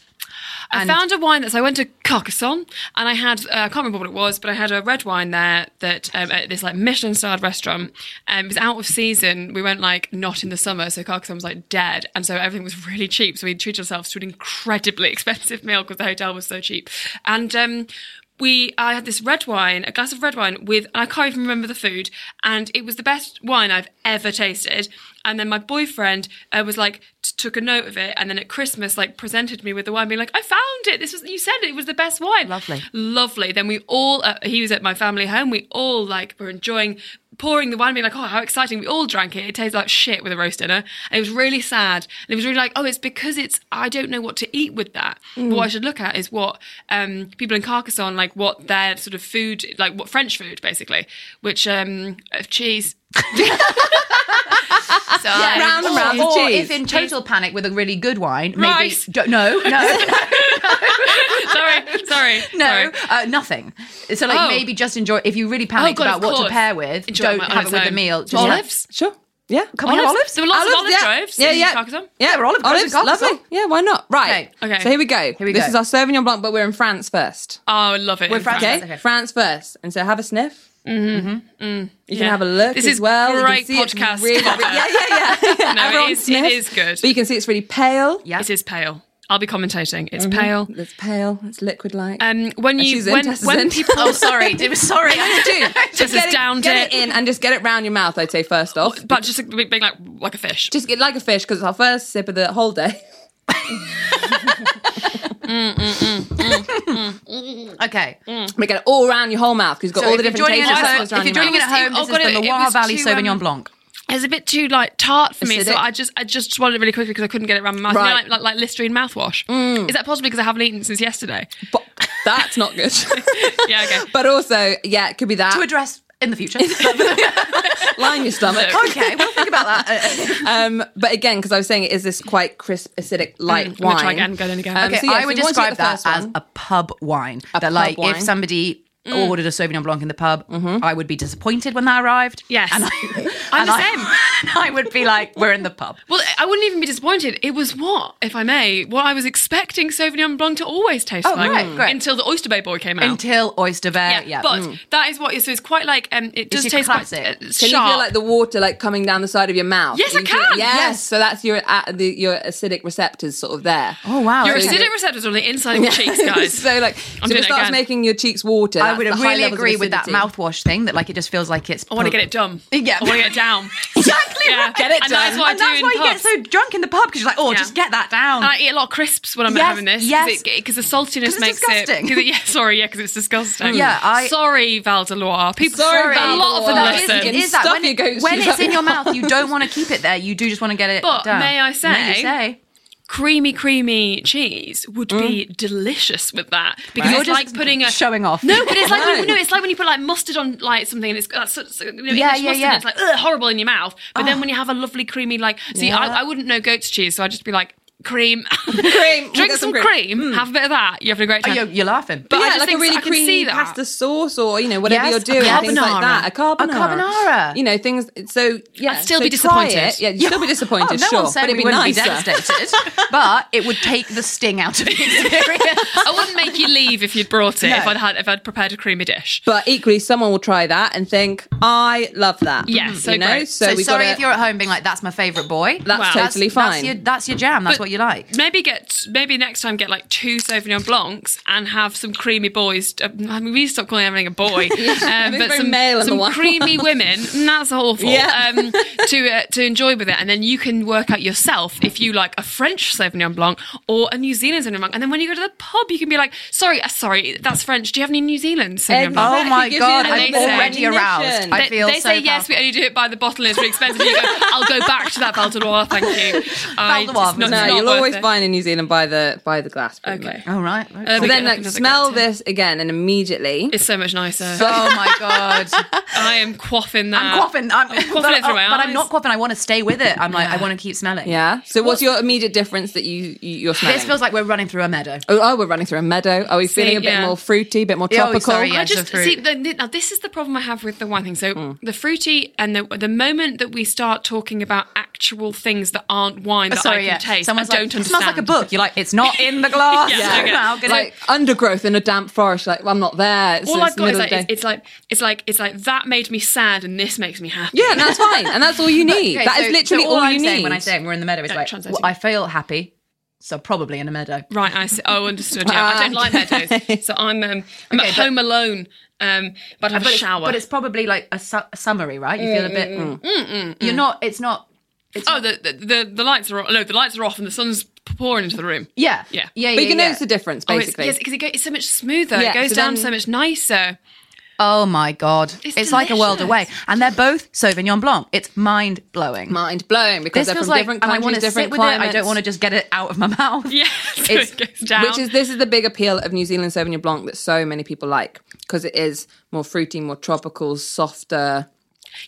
A: I found a wine that so I went to Carcassonne and I had uh, I can't remember what it was, but I had a red wine there that um, at this like Michelin starred restaurant. Um, it was out of season. We went like not in the summer, so Carcassonne was like dead, and so everything was really cheap. So we treated ourselves to an incredibly expensive meal because the hotel was so cheap. And um, we I had this red wine, a glass of red wine with and I can't even remember the food, and it was the best wine I've ever tasted. And then my boyfriend uh, was like t- took a note of it, and then at Christmas like presented me with the wine, being like, "I found it. This was you said it was the best wine.
B: Lovely.
A: lovely." Then we all uh, he was at my family home. We all like were enjoying pouring the wine, being like, "Oh, how exciting!" We all drank it. It tasted like shit with a roast dinner. And it was really sad, and it was really like, "Oh, it's because it's I don't know what to eat with that." But what I should look at is what um, people in Carcassonne like, what their sort of food, like what French food basically, which um, of cheese. So I-
C: round and
B: or,
C: round
B: or
C: the
B: if
C: cheese.
B: in total panic with a really good wine, maybe
A: Rice.
B: don't- no, no,
A: sorry, sorry,
B: no,
A: sorry.
B: uh, nothing. So like
A: Oh.
B: maybe just enjoy. If you really panic
A: Oh, God,
B: about
A: of
B: what to
A: course.
B: pair with,
A: Enjoy
B: don't
A: my- on
B: have it
A: its
B: with a
A: own.
B: meal. Just
A: Olives?
C: Sure. Yeah.
B: Can we have
A: Olives?
B: olives?
A: There were lots of
C: Olives,
A: olive
C: yeah.
A: groves
C: Yeah,
A: in
C: yeah.
A: Carcassonne.
C: Yeah,
B: there were olive groves in
C: olives.
B: Carcassonne.
C: Lovely. Yeah, why not? Right.
B: Okay.
A: Okay.
C: So here we go.
B: Here we go.
C: this is our Sauvignon Blanc, but we're in France first.
A: Oh, I love it.
B: We're
A: in
B: France.
A: France.
C: Okay.
B: Okay.
C: France first. And so have a sniff. Mm-hmm. You can
A: Mm. Yeah.
C: have a look
A: This
C: as
A: is
C: well. You can
A: great
C: see it's
A: podcast
C: Really,
A: fodder.
C: yeah, yeah, yeah.
A: No,
C: Everyone
A: it is,
C: sniff.
A: it is good.
C: But you can see it's really pale.
B: Yeah.
A: It is pale. I'll be commentating. It's pale.
C: It's pale. It's liquid like.
A: Um, when
C: And
A: you
C: she's in,
A: when,
C: Tess is
A: when
C: in.
A: people
B: Oh, sorry, Did- sorry.
A: Just
C: get
A: as
C: it,
A: down
C: get it
A: dip.
C: in and just get it round your mouth. I'd say first off,
A: but just like, being like like a fish.
C: just get like a fish because it's our first sip of the whole day.
B: Okay.
C: But get it all around your whole mouth because you've got
B: So
C: all
B: if
C: the
B: you're
C: different
B: joining in
C: tastes
B: at
C: and
B: home,
C: smells
B: if
C: around
B: you're
C: your
B: joining in
C: mouth.
B: at home,
A: Oh,
B: this
A: God,
B: is
A: it-
B: the
A: it
B: Loire
A: was
B: Valley
A: too,
B: Sauvignon
A: um,
B: Blanc.
A: It's a bit too like tart for me, so
C: Acidic.
A: I just I just swallowed it really quickly because I couldn't get it around my mouth. You know, like,
C: Right.
A: like like Listerine mouthwash.
B: Mm.
A: Is that possibly because I haven't eaten since yesterday?
C: But that's not good.
A: Yeah, okay.
C: But also, yeah, it could be that.
B: To address in the future.
C: Line your stomach.
B: okay, we'll think about that.
C: Um, but again, because I was saying it is this quite crisp, acidic, light
A: Mm, I'm
C: wine.
A: gonna try again, go in again.
C: Um,
B: Okay,
C: so yeah,
B: I
C: so
B: would
C: you want to get
B: describe
C: the
B: that
C: first
B: as
C: one.
B: a pub wine. that,
C: pub
B: like,
C: wine.
B: if somebody ordered a Sauvignon Blanc in the pub, I would be disappointed when that arrived.
A: Yes.
B: And I,
A: I'm
B: and
A: the
B: I-
A: same.
B: and I would be like, we're in the pub.
A: Well, I wouldn't even be disappointed. It was what, if I may, what I was expecting Sauvignon Blanc to always taste
B: Oh,
A: like
B: great, great.
A: until the Oyster Bay Boy came out.
B: Until Oyster Bay. Yeah.
A: but
B: Mm.
A: that is what. So it's quite like um, it does
B: your
A: taste quite
B: classic.
A: uh,
B: Can you
A: sharp.
C: Can you feel like the water like coming down the side of your mouth?
A: Yes, I
C: You feel-
A: can.
C: Yes.
A: Yes.
C: So that's your uh, the, your acidic receptors sort of there.
B: oh, wow.
A: Your
B: okay.
A: acidic receptors are on the inside of your cheeks, guys.
C: so like,
A: I'm
C: so if
A: doing
C: it
A: it
C: starts
A: again.
C: making your cheeks water.
B: I
C: that's
B: would
C: the high
B: really
C: levels of
B: agree with that
C: acidity.
B: mouthwash thing that, like, it just feels like it's.
A: I want to get it done.
B: Yeah.
A: I want to get it down.
B: Exactly.
A: Yeah.
B: right.
A: Get it And done. that's what I
B: And
A: do
B: that's
A: in
B: why you get
A: pubs.
B: so drunk in the pub because you're like, oh,
A: Yeah.
B: just get that down.
A: And I eat a lot of crisps when I'm
B: Yes,
A: having this.
B: yes.
A: Because the
B: 'Cause
A: saltiness
B: it's
A: makes
B: disgusting.
A: it, 'cause it- Yeah, sorry, yeah, because it's disgusting.
B: Yeah, I-
A: sorry, Val de Loire. People,
C: Sorry,
A: a
C: Val
A: lot of
C: de
A: them
C: Loire.
B: That
A: listen.
B: is, it is that
C: Stuff
B: when,
C: you go
B: it, when
C: to.
B: it's in your mouth, you don't want to keep it there. You do just want to get it.
A: But
B: down.
A: may I say-
B: May you say?
A: creamy, creamy cheese would be delicious with that because
B: You're
A: it's
B: just
A: like putting a
B: showing off.
A: No, but it's like when,
C: No.
A: no, it's like when you put like mustard on like something and it's that's so, so, you know,
B: Yeah,
A: English
B: yeah,
A: mustard
B: yeah.
A: And it's like ugh, horrible in your mouth. But then when you have a lovely creamy like, see, I, I wouldn't know goat's cheese, so I'd just be like cream,
C: Cream. We'll
A: drink
C: get
A: some
C: some
A: cream,
C: cream.
A: have a bit of that. You are having a great
B: Oh,
A: time.
B: you're, you're laughing.
A: But
C: yeah,
A: I just
C: like
A: think
C: a really
A: I can
C: creamy
A: see that.
C: pasta sauce or you know whatever
B: Yes,
C: you're doing,
B: a
C: things like that. A
B: carbonara.
C: carbonara,
B: A carbonara.
C: You know things. So yeah,
A: I'd still
C: so
A: be
C: try
A: disappointed.
C: it. Yeah, you'd still be disappointed.
B: oh, no
C: sure,
B: one said
C: but it'd
B: we
C: be
B: wouldn't
C: nicer.
B: be devastated, but it would take the sting out of the experience.
A: I wouldn't make you leave if you'd brought it.
B: No.
A: If I'd had, if I'd prepared a creamy dish.
C: But equally, someone will try that and think, "I love that."
A: Yeah,
C: you
A: so
C: know.
A: great.
C: So,
B: So
C: we
B: sorry
C: gotta,
B: if you're at home being like, "That's my favourite boy."
C: That's
A: Wow.
C: totally fine.
B: That's your, that's your jam. That's what you like.
A: Maybe get maybe next time get like two Sauvignon Blancs and have some creamy boys. uh, I mean, we stop calling everything a boy, um,
C: think
A: but
C: very
A: some,
C: male in the
A: some
C: wild.
A: creamy women. mm, That's awful.
C: Yeah.
A: Um, to uh, to enjoy with it, and then you can work out yourself if you like a French Sauvignon Blanc or a New Zealand Sauvignon Blanc. And then when you go to the pub, you can be like, sorry, uh, sorry, that's French. Do you have any New Zealand Sauvignon
C: Exactly.
A: Blanc?
B: Oh my
C: gives you
B: god!
C: a
A: little
B: I'm
A: bit of
B: already aroused.
C: ammunition.
B: I
A: They,
B: feel
A: they
B: so
A: say yes, we
B: powerful.
A: only do it by the bottle and it's really expensive. You go, I'll go back to that Val de Loire, thank you. I-
B: Val de Loire was
A: it's not-
C: no,
A: it's not
C: you'll
A: worth
C: always
A: it.
C: find in New Zealand by the by the glass. pretty
A: Okay.
C: much.
B: All Oh, right.
A: Uh,
C: So
A: we
C: then,
A: get
C: like,
A: another
C: smell
A: great tip.
C: this again, and immediately
A: It's so much nicer.
B: oh my god.
A: I am quaffing that.
B: I'm quaffing. I'm,
A: quaffing
B: but,
A: Uh, it through my
B: but I'm
A: eyes.
B: not quaffing. I want to stay with it. I'm like, I want to keep smelling.
C: Yeah. So what's your immediate difference that you, you you're smelling?
B: This feels like we're running through a meadow.
C: oh, oh, we're running through a meadow. Are we feeling a bit
A: yeah.
C: more fruity, a bit more
B: Yeah, oh,
C: tropical?
B: sorry, yeah.
A: I
B: It's a
A: just
B: fruit. Hmm.
A: see the, now. This is the problem I have with the wine thing. So the fruity and the the moment that we start talking about actual things that aren't wine that I
B: Oh, Sorry,
A: can
B: yeah.
A: taste,
B: Someone's
A: I don't
B: like,
A: understand.
B: It smells like a book. You're like, it's not in the glass.
A: Yeah,
B: yeah.
A: okay.
B: How can
C: Like
B: it?
C: undergrowth in a damp forest. Like well, I'm not there. It's,
A: All
C: it's
A: I've got is
C: middle
A: like
C: of the
A: it's,
C: day.
A: it's like it's like it's like that made me sad and this makes me happy.
C: yeah, and that's fine, and that's all you need.
B: Okay,
C: that is
B: so-
C: literally
B: so
C: all,
B: I'm
C: you
B: saying
C: need.
B: When I say we're in the meadow, it's
A: Don't
B: like
A: translate
B: well,
A: it.
B: I feel happy, so probably in a meadow.
A: Right, I see. Oh, understood. Yeah, I don't like meadows, so I'm um, I'm at
B: but-
A: home alone. Um, but I have
B: But
A: a
B: it's,
A: shower.
B: but it's probably like a, su- a summary, right? You feel a bit. mm. You're not. It's not. It's
A: oh,
B: not-
A: the, the the the lights are off. no, the lights are off and the sun's pouring into the room.
B: yeah,
A: Yeah.
B: yeah.
C: but you can
B: yeah,
C: notice the difference,
A: Oh, it's,
C: basically.
A: yes, because it go, it's so much smoother.
C: Yeah,
A: it goes
C: so
A: down
C: then-
A: so much nicer.
B: Oh my god, it's,
A: It's
B: like a world away,
A: delicious.
B: and they're both Sauvignon Blanc. It's mind blowing.
C: Mind blowing because
B: this
C: they're
B: feels
C: from
B: like,
C: different
B: and I
C: countries,
B: want to
C: different
B: sit with
C: climates.
B: it. I don't want to just get it out of my mouth.
A: Yeah, so
B: It's-
A: it goes down.
C: Which is this is the big appeal of New Zealand Sauvignon Blanc that so many people like because it is more fruity, more tropical, softer, a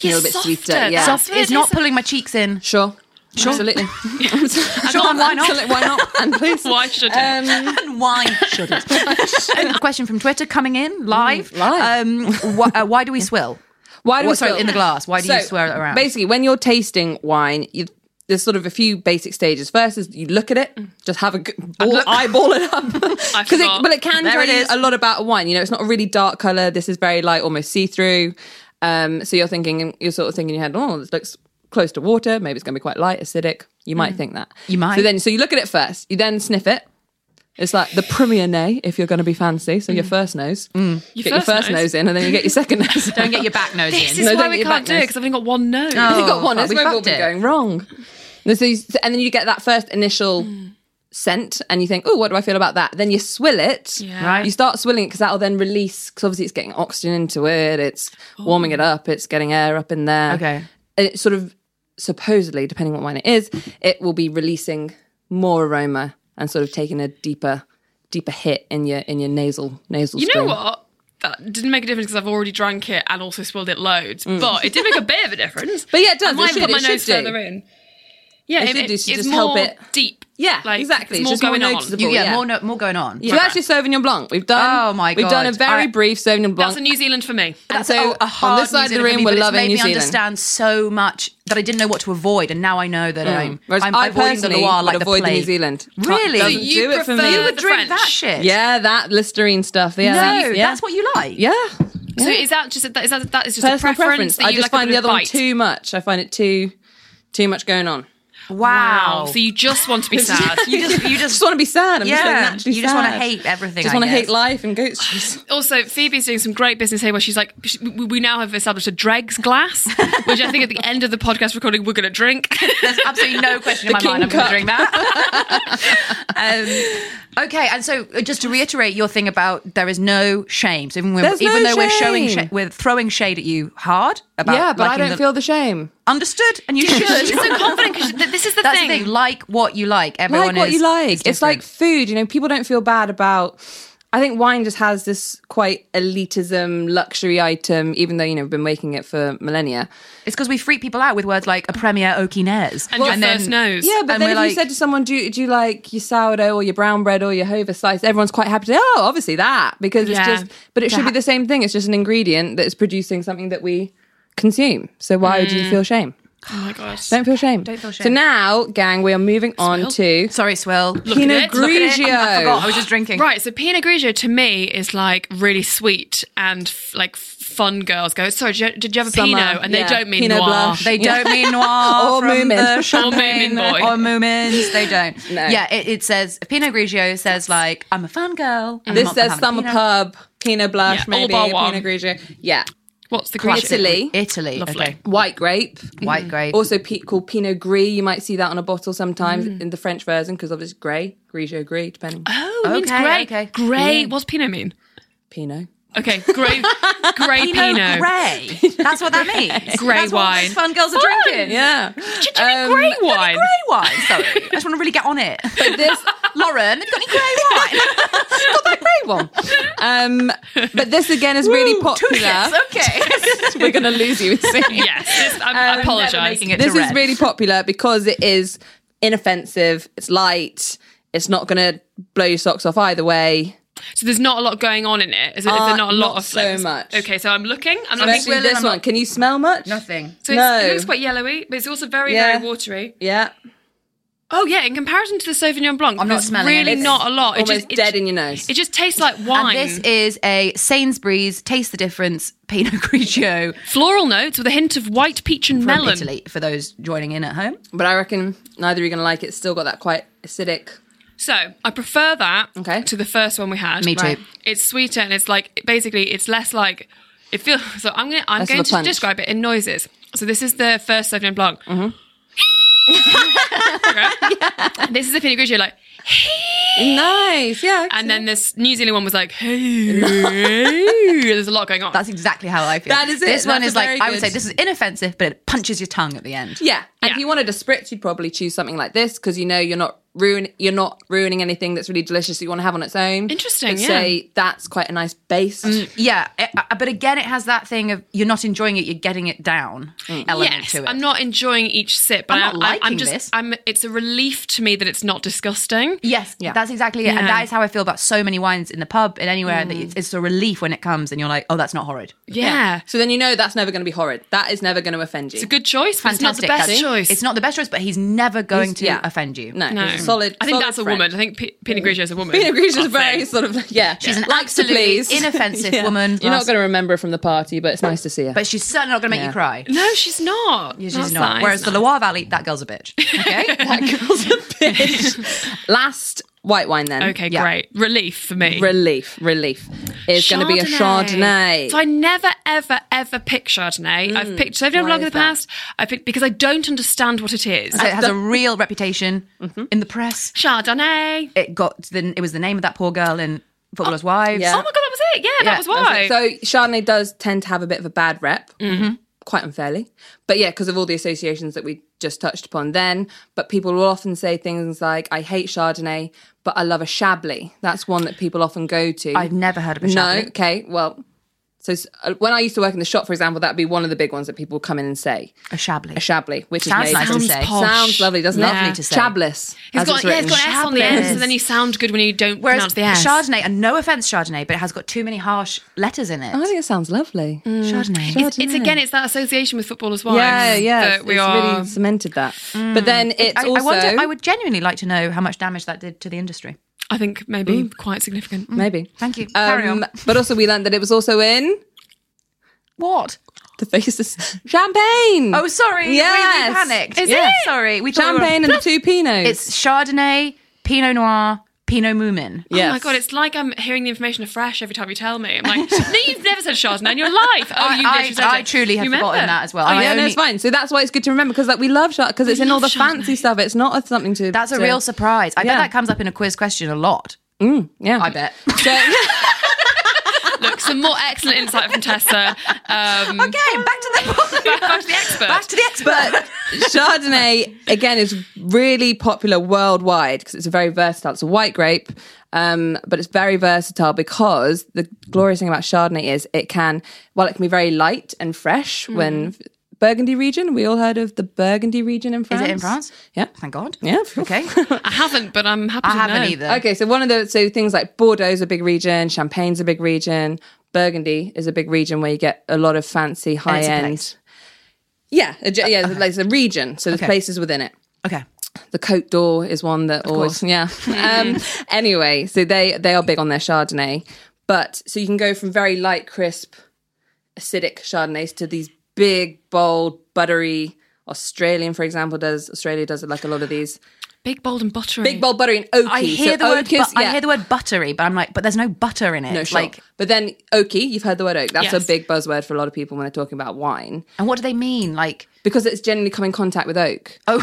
A: Yeah,
C: little bit
A: softer,
C: sweeter.
A: that's
C: Yeah,
B: Soft-
A: it,
B: it's not
A: isn't
B: pulling my cheeks in.
C: Sure. Sure. Absolutely. sure,
B: why not?
C: Why not? And please.
A: Why should it?
C: Um,
B: And why should it? a question from Twitter coming in Mm, live.
C: live.
B: Um, wh- uh, why do we swill?
C: why do we
B: Well, sorry,
C: swear
B: in the glass. Why do you swear it around?
C: Basically, when you're tasting wine, you, there's sort of a few basic stages. First is you look at it,
B: Mm.
C: just have a good ball, eyeball it up. Because it,
A: forgot.
C: but it can
B: There
C: tell
B: it
C: you
B: is.
C: a lot about wine. You know, it's not a really dark color. This is very light, almost see through. Um, so you're thinking, you're sort of thinking in your head, oh, this looks close to water. Maybe it's going to be quite light, acidic. You might think that.
B: Mm. You might.
C: So then, so you look at it first. You then sniff it. It's like the premier nez if you're going to be fancy. So your
B: Mm.
C: first nose, you get
A: first
C: your first
A: nose.
C: nose. in, and then you get your second nose.
B: Don't get your back nose
A: This
B: in.
A: is
C: No,
A: why
C: don't
A: we
C: get
A: can't
C: back
A: do it
C: nose.
A: because I think I've got one nose.
B: Oh.
C: you got
B: fuck,
C: one. That's
B: we
C: where we've all
B: fucked
C: been
B: it.
C: going wrong. This is, and then you get that first initial scent and you think, oh, what do I feel about that? Then you swill it.
A: Yeah. Right.
C: You start swilling it because that'll then release, because obviously it's getting oxygen into it, it's warming it up, it's getting air up in there.
B: Okay.
C: And It sort of, supposedly, depending on what wine it is, it will be releasing more aroma and sort of taking a deeper, deeper hit in your in your nasal nasal
A: You know
C: string.
A: what? That didn't make a difference because I've already drank it and also spilled it loads, but it did make a bit of a difference.
C: Mm. But yeah, it does.
A: I
C: It
A: might
C: should-
A: put my
C: it should
A: nose
C: do.
A: further in. Yeah,
C: It
A: it,
C: should
A: it,
C: do, should
A: it's
C: just
A: more
C: help it-
A: deep.
C: Yeah,
A: Like,
C: exactly.
A: there's
C: It's
A: more
C: just more
A: going on.
C: noticeable.
B: You, yeah,
C: Yeah.
B: more no, more going on.
C: So that's just Sauvignon Blanc. We've done.
B: Oh my
C: We've done a
B: God.
C: very
B: I-
C: brief Sauvignon Blanc.
A: That's a New Zealand for me.
C: and
B: That's so
C: so
B: Oh, a, hard
C: on this side of the room, we're loving
B: made
C: New
B: me
C: Zealand.
B: understand so much that I didn't know what to avoid, and now I know that I'm,
C: Whereas
B: I'm
C: I
B: avoiding the
C: personally
B: Loire like
C: would
B: the
C: avoid the
B: plague.
C: New Zealand. Can't-
B: Really?
C: doesn't
A: So you
C: do it for
A: prefer
C: me.
A: the
B: You would drink
A: French.
B: that shit?
C: Yeah, that Listerine stuff. Yeah,
B: No,
C: that's, yeah.
B: that's what you like.
C: Yeah.
A: So is that just that is that, that is just
C: Personal
A: a preference?
C: preference.
A: that
C: I
A: you
C: just
A: like a
C: find
A: bit
C: the
A: of
C: other one
A: bite?
C: too much. I find it too, too much going on.
B: Wow.
A: So you just want to be sad.
B: you just you just
C: just want to be sad. I'm
B: Yeah.
C: just like naturally
B: You just wanna
C: sad.
B: hate everything,
C: Just
B: I
C: want to hate
B: guess.
C: life and goat cheese.
A: also, Phoebe's doing some great business here where she's like, sh- we we now have established a dregs glass, which I think at the end of the podcast recording, we're going to drink.
B: There's absolutely no question in my
C: The
B: mind. I'm
C: king
B: going to drink that. um, okay, and so uh, just to reiterate your thing about there is no shame. So even when,
C: There's
B: even
C: no
B: though we're showing
C: shame.
B: sh- we're throwing shade at you hard about
C: yeah, but I
B: liking
C: don't
B: the-
C: feel the shame.
B: understood, and you should.
A: She's so confident because this is the
B: That's
A: thing.
B: the thing. Like what you like. Everyone
C: like what
B: is,
C: you like.
B: is
C: it's like
B: different.
C: food. You know, people don't feel bad about. I think wine just has this quite elitism, luxury item, even though you know we've been making it for millennia.
B: it's because we freak people out with words like a premier Okinez
A: and your first nose.
C: Yeah, but
B: And
C: then
B: we're
C: if
B: like-
C: you said to someone, "Do you, do you like your sourdough or your brown bread or your hover slice?" Everyone's quite happy to say, "Oh, obviously that," because
A: Yeah.
C: it's just. But it should be the same thing. It's just an ingredient that is producing something that we consume. So why do you feel shame?
A: Oh my gosh.
C: Don't feel shame. Don't feel shame. So now, gang, we are moving on to
B: Sorry, Swill. Look
C: Pinot
A: it, look at it.
C: Grigio.
B: I forgot. I was just drinking.
A: Right, so Pinot Grigio to me is like really sweet and f- like f- fun girls go, sorry, did you, did you have a
C: Summer,
A: Pinot? And
C: yeah.
A: they don't mean
C: Pinot
A: noir.
C: Blanc.
B: They
C: Yeah.
B: don't mean noir
C: Or
B: from
C: Moomin.
B: the
C: Or
B: champagne
A: Moomin boy.
B: or Moomins. They don't.
C: No.
B: Yeah, it, it says Pinot Grigio says like I'm a fan girl. and
C: This
B: I'm not the
C: says
B: fan of
C: summer
B: Pinot.
C: pub, Pinot Blush,
A: Yeah, all
C: maybe
A: bar one.
C: Pinot Grigio. Yeah,
A: What's the Grigio?
C: Italy,
B: Italy.
A: Lovely.
B: Okay.
C: white grape,
B: White grape.
C: also pe- called Pinot Gris. You might see that on a bottle sometimes in the French version because obviously grey, Grigio Gris, depending.
A: Oh, it means
B: Okay,
A: grey.
B: okay.
A: Grey. What's Pinot mean?
C: Pinot.
A: Okay, grey. grey Pinot.
B: Pinot Grey. That's what that means.
A: Grey
B: That's what all these
A: wine.
B: fun girls are
A: Fun.
B: drinking.
C: Yeah.
A: Did you mean grey
C: Um,
A: wine?
B: Grey wine. Sorry, I just want to really get on it.
C: This
B: Lauren, have you got any grey wine?
C: got that grey one. Um, but this again is really popular.
B: Yes, okay.
C: We're going to lose you soon.
A: Yes, this- I, I apologise.
B: making it
C: Um, this
B: to
C: is
B: red.
C: really popular because it is inoffensive. It's light. It's not going to blow your socks off either way.
A: So there's not a lot going on in it. Is it? Is
C: Uh,
A: there not a lot
C: not
A: of
C: so
A: flavours?
C: much.
A: Okay, so I'm looking. I'm looking.
C: Especially
B: Will and
C: this
B: I'm
C: one.
B: not-
C: Can you smell much?
B: Nothing.
A: So it's,
C: No.
A: it looks quite yellowy, but it's also very,
C: Yeah.
A: very watery.
C: Yeah.
A: Oh yeah, in comparison to the Sauvignon Blanc,
B: I'm not
A: there's
B: smelling
A: really
B: anything.
A: not a lot.
C: Almost
A: it just,
C: dead
A: it,
C: in your nose.
A: It just tastes like wine.
B: And this is a Sainsbury's Taste the Difference Pinot Grigio
A: Floral notes with a hint of white peach and
B: from
A: melon.
B: Italy for those joining in at home.
C: but I reckon neither are you going to like it. It's still got that quite acidic.
A: So I prefer that
C: Okay.
A: to the first one we had.
B: Me too. Right.
A: It's sweeter and it's like basically it's less like it feels. So I'm gonna I'm
C: Less of
A: going
C: a
A: to
C: punch.
A: describe it in noises. So this is the first Sauvignon Blanc.
B: Mm-hmm.
A: Okay? This is the Pinot Grigio like,
C: Nice. Yeah.
A: and then this New Zealand one was like, hey, there's a lot going on.
B: That's exactly how I feel.
C: That is it.
B: This one
C: That's
B: is
C: a
B: like
C: very
B: I would
C: good-
B: say this is inoffensive, but it punches your tongue at the end.
C: yeah. And
A: Yeah.
C: if you wanted a spritz, you'd probably choose something like this because you know you're not ruin you're not ruining anything that's really delicious. That you want to have on its own.
A: Interesting,
C: I'd
A: yeah. Mm,
C: Say that's quite a nice base.
B: Yeah, it- uh, but again, it has that thing of you're not enjoying it, you're getting it down element
A: Yes,
B: to it.
A: I'm not enjoying each sip, but
B: I'm not
A: I- I-
B: liking
A: just,
B: this.
A: I'm. It's a relief to me that it's not disgusting.
B: Yes, that's exactly it, and
A: Yeah.
B: that is how I feel about so many wines in the pub and anywhere. That it's, it's a relief when it comes, and you're like, oh, that's not horrid.
A: Yeah.
C: So then you know that's never going to be horrid. That is never going to offend you.
A: It's a good choice, but
B: Fantastic.
A: it's not the
B: That's-
A: best choice.
B: It's not the best choice, but he's never going to
C: yeah.
B: offend you.
C: No.
A: No.
C: it's a Solid.
A: I think
C: solid
A: that's a
C: friend.
A: woman. I think P- Pinot Grigio is a woman. Oh,
C: Pinot Grigio is
A: I'll
C: very
A: say.
C: sort of yeah. She's
B: an absolutely inoffensive woman.
C: You're not
B: Last-
C: going to remember her from the party, but it's nice to see her.
B: But she's certainly not going to make
C: Yeah.
B: you cry.
A: No, she's not.
B: She's
A: That's
B: not.
A: nice.
B: Whereas the Loire Valley, that girl's a bitch. Okay,
C: that girl's a bitch. Last White wine then.
A: Okay,
C: Yeah.
A: great. Relief for me.
C: Relief, relief. It's going to be a Chardonnay. Mm.
A: So I never, ever, ever pick Chardonnay. I've picked Sauvignon Blanc in the past. I picked because I don't understand what it is.
B: So it has a real reputation in the press.
A: Chardonnay.
B: It got the, it was the name of that poor girl in Footballers' Wives.
A: Oh my
C: Yeah.
A: god, that was it. Yeah, that was why.
C: So Chardonnay does tend to have a bit of a bad representative
B: Mm-hmm.
C: quite unfairly. But yeah, because of all the associations that we just touched upon then. But people will often say things like, I hate Chardonnay, but I love a Chablis. That's one that people often go to.
B: I've never heard of a Chablis.
C: No, okay, well. So s- uh, when I used to work in the shop, for example, that'd be one of the big ones that people would come in and say.
B: A Chablis.
C: A Chablis, which
B: Sounds
C: is made
B: nice to Sounds say.
A: posh.
C: Sounds lovely, doesn't it?
B: Lovely to say.
C: Chablis.
A: He's
C: as
A: got,
C: it's
A: yeah, he's
C: written.
A: got an S on the end, so
B: Chablis.
A: then you sound good when you don't
B: Whereas
A: pronounce the S.
B: Chardonnay, and no offense, Chardonnay, but it has got too many harsh letters in it.
C: I think it sounds lovely.
B: Chardonnay.
A: It's, it's again, it's that association with footballers' wives.
C: Yeah, yeah.
A: That
C: it's-
A: we
C: it's
A: are.
C: really cemented that. But then it's
B: Mm. I,
C: also
B: I wonder. I would genuinely like to know how much damage that did to the industry.
A: I think maybe quite significant.
C: maybe.
B: Thank you. Carry
C: Um,
B: on.
C: but also we learned that it was also in
B: What?
C: the faces champagne.
B: Oh, sorry. we-
C: Yes.
B: We, panicked.
C: Is
B: Yeah.
C: it?
B: Sorry. We thought we were-
C: champagne and the two pinots.
B: It's Chardonnay, Pinot Noir, Pinot Moomin.
C: yes.
A: Oh my god, it's like I'm hearing the information afresh every time you tell me. I'm like, no, you've never said Chardonnay in your life. Oh, you
B: I-
A: literally said
B: I
A: it.
B: truly have
A: Remember?
B: forgotten that as well.
A: Oh,
B: I
A: yeah,
C: yeah, no,
B: only-
C: it's fine. So that's why it's good to remember because like we love shot because it's in all the
A: love
C: fancy
A: Chardonnay.
C: stuff. It's not a, something to.
B: That's a
C: to-
B: real surprise. I
C: Yeah.
B: bet that comes up in a quiz question a lot.
C: Yeah,
B: I bet.
C: So,
A: Look, some more excellent insight from Tessa. Um,
B: Okay, back to the
A: back, back to the expert.
B: back to the expert.
C: but Chardonnay again is really popular worldwide because it's a very versatile. It's a white grape, um, but it's very versatile because the glorious thing about Chardonnay is it can, well, it can be very light and fresh
B: Hmm.
C: when. Burgundy region. We all heard of the Burgundy region in France.
B: Is it in France?
C: Yeah.
B: Thank God.
C: Yeah.
B: Okay.
A: I haven't, but I'm happy
B: I
A: to
B: haven't
A: know.
B: either.
C: Okay, so one of the so things like Bordeaux's a big region, Champagne's a big region, Burgundy is a big region where you get a lot of fancy high
B: it's a
C: end.
B: place. Uh,
C: Yeah, a, ge- yeah, like it's a region, so there's
B: Okay.
C: places within it.
B: Okay.
C: The Cote d'Or is one that always, yeah. um, anyway, so they they are big on their Chardonnay, but so you can go from very light, crisp, acidic Chardonnays to these big, bold, buttery. Australian, for example, does Australia does like a lot of these
A: Big, bold, and buttery.
C: big, bold, buttery and oaky.
B: I hear
C: So
B: the word.
C: oak is-
B: bu- I
C: yeah.
B: hear the word buttery, but I'm like, but there's no butter in it.
C: No, sure.
B: Like,
C: but then oaky, you've heard the word oak. That's
A: Yes.
C: a big buzzword for a lot of people when they're talking about wine
B: and what do they mean? Like,
C: because it's generally come in contact with oak.
B: oh,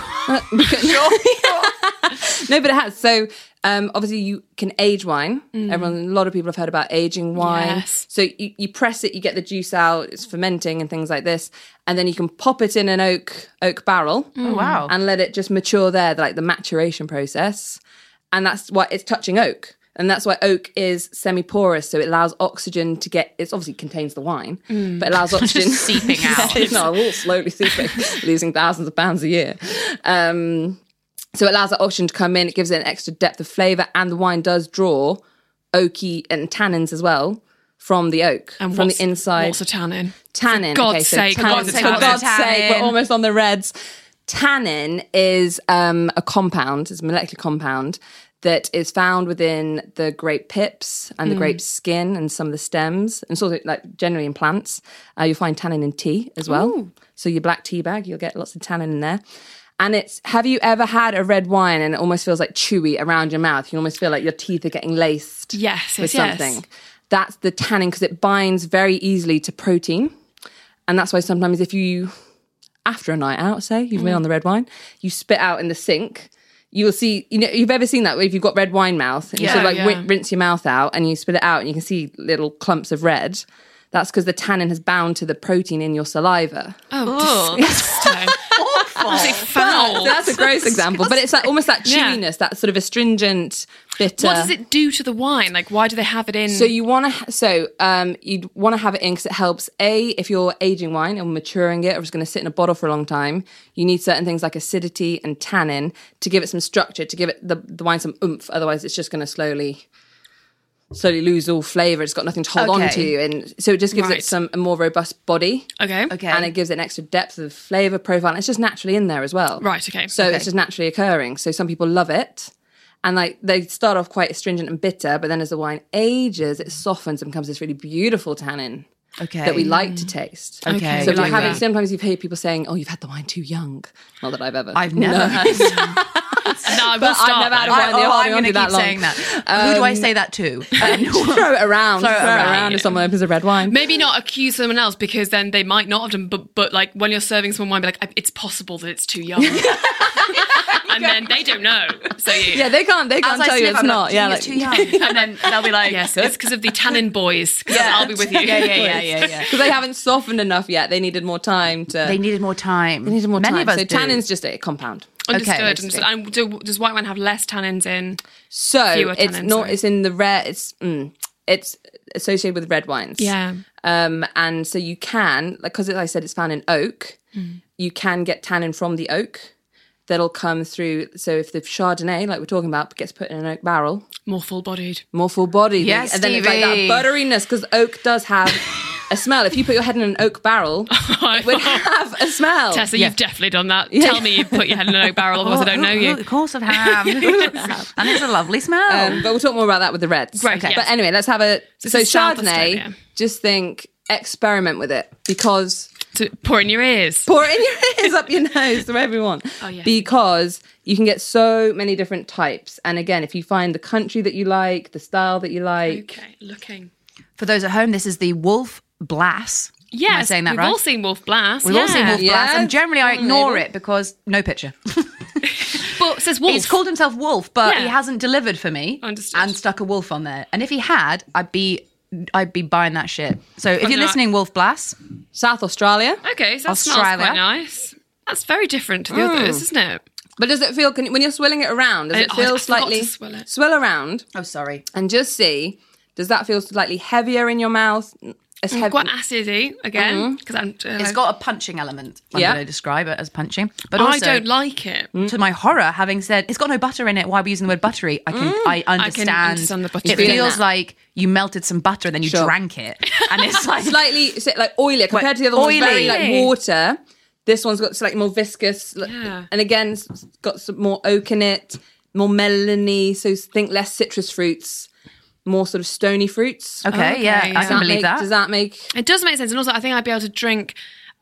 C: No, but it has. So um, obviously you can age wine. Everyone, a lot of people have heard about aging wine.
A: Yes.
C: So you, you press it, you get the juice out, it's fermenting and things like this, and then you can pop it in an oak oak barrel.
B: wow.
C: and let it just mature there, like the maturation process. And that's why it's touching oak. And that's why oak is semi porous, so it allows oxygen to get. It's obviously contains the wine, but it allows oxygen
A: Mm. seeping out.
C: it's not all slowly seeping, losing thousands of pounds a year. Um, so it allows that oxygen to come in. It gives it an extra depth of flavor, and the wine does draw oaky and tannins as well from the oak
A: and
C: from
A: what's-
C: the inside
A: What's a tannin?
C: tannin.
A: For God's
C: okay, so
A: sake, for
C: tannin-
A: God's
C: for
A: sake,
C: God's,
B: tannin.
C: sake, we're almost on the reds. Tannin is um, a compound, it's a molecular compound that is found within the grape pips and
A: Hmm.
C: the grape skin and some of the stems, and sort of like generally in plants. Uh, you'll find tannin in tea as well. So your black tea bag, you'll get lots of tannin in there. And it's have you ever had a red wine and it almost feels like chewy around your mouth? You can almost feel like your teeth are getting laced
A: Yes, yes,
C: with
A: yes.
C: something. That's the tannin because it binds very easily to protein. And that's why sometimes if you, after a night out, say you've
A: Mm-hmm.
C: been on the red wine, you spit out in the sink, you will see, you know, you've ever seen that where if you've got red wine mouth and you
A: Yeah.
C: sort of like
A: Yeah.
C: rin- rinse your mouth out and you spit it out and you can see little clumps of red. That's because the tannin has bound to the protein in your saliva.
A: Oh, disgusting. Absolutely
C: But-
A: foul.
C: so that's a gross example, but it's like almost that
A: Yeah.
C: chewiness, that sort of astringent, bitter.
A: What does it do to the wine? Like, why do they have it in?
C: So you want to, ha- so um, you'd want to have it in because it helps. A, if you're aging wine and maturing it, or it's going to sit in a bottle for a long time, you need certain things like acidity and tannin to give it some structure, to give it the, the wine some oomph. Otherwise, it's just going to slowly, slowly lose all flavor. It's got nothing to hold on
B: Okay.
C: to, and so it just gives
A: Right.
C: it some a more robust body.
A: okay,
B: Okay.
C: And it gives it an extra depth of flavor profile. And it's just naturally in there as well.
A: Right, okay.
C: So
A: Okay.
C: it's just naturally occurring. So some people love it. And like they start off quite astringent and bitter, but then as the wine ages, it softens and becomes this really beautiful tannin
B: okay.
C: that we like to taste.
B: Okay.
C: So
B: we
C: if you're
B: like
C: having,
B: that.
C: sometimes you've heard people saying, "Oh, you've had the wine too young." Not that I've ever.
B: I've never.
A: No, I will
C: But I've
A: start.
C: never had
A: though.
C: a wine in the
B: oh,
C: Orleans
B: I'm going to
C: for
B: keep
C: that long.
B: saying that. Who do I say that to? Um,
C: throw it around.
B: Throw it around,
C: if someone opens a red wine.
A: Maybe not accuse someone else because then they might not have done. But, but like when you're serving someone wine, be like, it's possible that it's too young, and then they don't know. So you,
C: Yeah, they can't. They
B: As
C: can't
B: I
C: tell you
B: sniff,
C: it's
B: I'm
C: not.
B: like,
C: Yeah,
B: "Gee,
C: like,
B: it's too young. And then they'll be like,
A: yes, it's because of the tannin boys. 'cause I'll be with you.
B: Yeah, yeah, yeah, yeah, yeah.
C: because they haven't softened enough yet. They needed more time to.
B: They needed more time. They
C: needed more
B: Many
C: time.
B: Of us
C: so
B: do.
C: tannin's just a compound.
A: Understood.
B: Okay.
A: understood. And do, does white wine have less tannins in?
C: So
A: Fewer
C: it's
A: tannins,
C: not.
A: sorry.
C: It's in the rare. It's mm, it's associated with red wines.
A: Yeah.
C: Um, and so you can, like, because I said it's found in oak,
B: Hmm.
C: you can get tannin from the oak. That'll come through. So if the Chardonnay, like we're talking about, gets put in an oak barrel,
A: More full-bodied.
C: more full body.
B: Yes,
C: and then it's like
B: Stevie.
C: that butteriness because oak does have a smell. If you put your head in an oak barrel, it would have a smell.
A: Tessa, you've definitely done that. Tell me you put your head in an oak barrel, otherwise I don't know
B: Oh,
A: you.
B: Of course I have. and it's a lovely smell.
C: Um, but we'll talk more about that with the reds.
A: Great, Okay. yes.
C: But anyway, let's have a so,
A: Oh. this is South
C: Chardonnay.
A: Australia.
C: Just think, experiment with it because
A: To pour in your ears.
C: pour it in your ears, up your nose, to everyone. Oh,
A: yeah.
C: Because you can get so many different types, and again, if you find the country that you like, the style that you like,
A: Okay, looking.
B: For those at home, this is the Wolf Blass.
A: Yes,
B: Am I saying that
A: we've
B: right?
A: all seen Wolf Blast.
B: We've all seen Wolf Blass,
C: Yeah.
B: and generally I
C: Well,
B: ignore
C: maybe.
B: it because no picture.
A: But it says Wolf.
B: He's called himself Wolf, but he
A: Yeah.
B: hasn't delivered for me.
A: Understood.
B: And stuck a wolf on there. And if he had, I'd be I'd be buying that shit. So if you're
A: not.
B: listening, Wolf Blass,
C: South Australia.
A: Okay, so that smells
B: Australia. Hmm.
A: quite nice. That's very different to the others, isn't it?
C: But does it feel can, when you're swirling it around? Does
A: I-
C: it
A: oh, I
C: feel
A: forgot to
C: slightly
A: swill it.
C: swill around
B: oh sorry,
C: and just see? Does that feel slightly heavier in your mouth? It's heavy.
A: Quite acidy again because I'm.
B: Mm. Mm-hmm.
A: uh,
B: it's got a punching element. I'm
C: Yeah.
B: going to describe it as punching, but
A: I
B: also Mm.
A: don't like it.
B: to my horror, having said it's got no butter in it, why are we using the word buttery? I can I understand.
A: understand the butter
B: It
A: feeling
B: feels
C: that.
B: like you melted some butter and then you
C: Sure.
B: drank it, and it's like
C: slightly is it like oilier compared
B: Like
C: to the other ones. Very
B: oily.
C: like water. This one's got slightly more viscous, l-
A: Yeah.
C: and again it's got some more oak in it, more melony. So think less citrus fruits, more sort of stony fruits.
B: okay, yeah,
A: yeah.
B: I
C: Does
B: can
C: that
B: believe
C: make-
B: that.
C: Does that make
A: It does make sense, and also I think I'd be able to drink.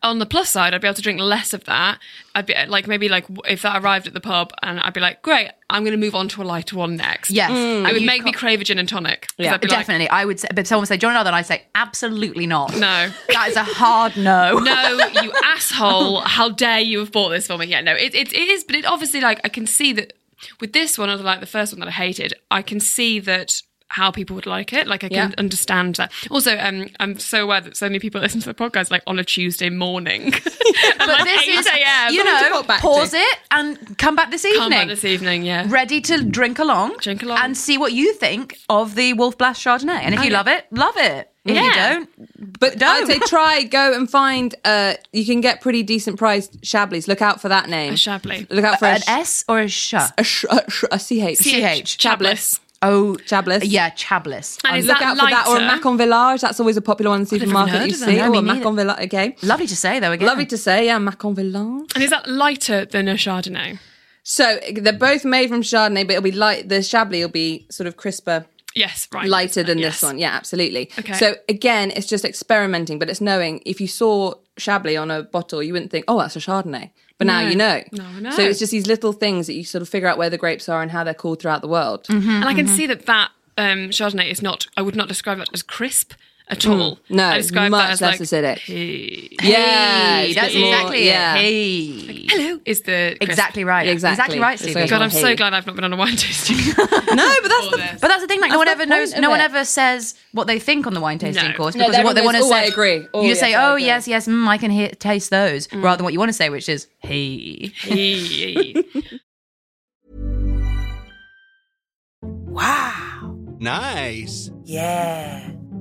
A: On the plus side, I'd be able to drink less of that. I'd be like maybe like w- if that arrived at the pub, and I'd be like, great, I'm going to move on to a lighter one next. Mm.
B: Yes, Mm. And
A: it would
B: you'd
A: make me
B: co-
A: crave a gin and tonic. 'Cause
C: Yeah,
A: I'd be like,
B: definitely. I would say, but someone would say, "Do you want another?" And I say, "Absolutely not."
A: No.
B: that is a hard no.
A: no, you asshole! How dare you have bought this for me? Yeah, no, it, it, it is, but it obviously like I can see that with this one, other like the first one that I hated, I can see that how people would like it. Like I can
C: Yeah.
A: understand that. Also, um, I'm so aware that so many people listen to the podcast like on a Tuesday morning, but like
B: this
A: 8
B: is,
A: a.m.
B: you
C: Something to
B: know,
C: go back to.
B: pause it and come back this evening.
A: Come back this evening, yeah.
B: Ready to drink along,
A: Drink along.
B: and see what you think of the Wolf Blast Chardonnay. And if you love it, love it. If you
A: Yeah.
B: don't,
C: But
B: don't.
C: I'd say try, go and find. Uh, you can get pretty decent priced Chablis. Look out for that name.
A: A Chablis.
C: Look out for a
B: an
C: sh-
B: S or a sh?
C: a sh- a sh- a CH.
B: CH.
A: Chablis.
B: Oh,
C: Chablis.
B: Yeah, Oh, Chablis.
A: And is
C: Look
A: that
C: out for that or a
A: lighter?
C: Macon Village. That's always a popular one in the
A: never even
C: supermarket
A: heard
C: you
A: of them.
C: see.
A: No,
C: Or
B: me
C: a
B: neither.
C: Macon Village. Okay.
B: Lovely to say though again.
C: Lovely to say, yeah, Macon Village.
A: And is that lighter than a Chardonnay?
C: So they're both made from Chardonnay, but it'll be light. The Chablis will be sort of crisper,
A: Yes, right.
C: lighter than
A: Yes.
C: this one. Yeah, absolutely.
A: Okay.
C: So again, it's just experimenting, but it's knowing if you saw Chablis on a bottle, you wouldn't think, oh, that's a Chardonnay. But now you know.
A: No, I know.
C: So it's just these little things that you sort of figure out where the grapes are and how they're called throughout the world.
A: And I can see that that um, Chardonnay is not. I would not describe that as crisp at all.
C: Mm. No,
A: I describe
C: much
A: that as
C: less
A: like,
C: acidic.
A: "Hey,
C: Yeah,
B: Hey,
C: it's a
B: that's
C: bit more-
B: exactly
C: yeah.
B: it. Hey.
A: hello is the crisp.
B: Exactly right.
C: Exactly.
B: Exactly right,
C: It's
B: Stevie.
C: like-
A: God, I'm
C: Hey.
A: so glad I've not been on a wine tasting.
C: No, but that's the
B: But that's the thing. Like no
C: That's
B: one
C: the
B: ever knows.
C: point of
B: No one
C: it.
B: ever says what they think on the wine tasting
A: No.
B: course
A: No,
B: because
C: they're
B: what they want
C: always,
B: to
C: "Oh,
B: say.
C: I agree. Oh,
B: you just
C: yes,
B: say,
C: I
B: "Oh
C: agree." Mm.
B: yes, yes, mm, I can hear, taste those," rather than what you want to say, which is, "Hey."
A: Hey.
D: Nice.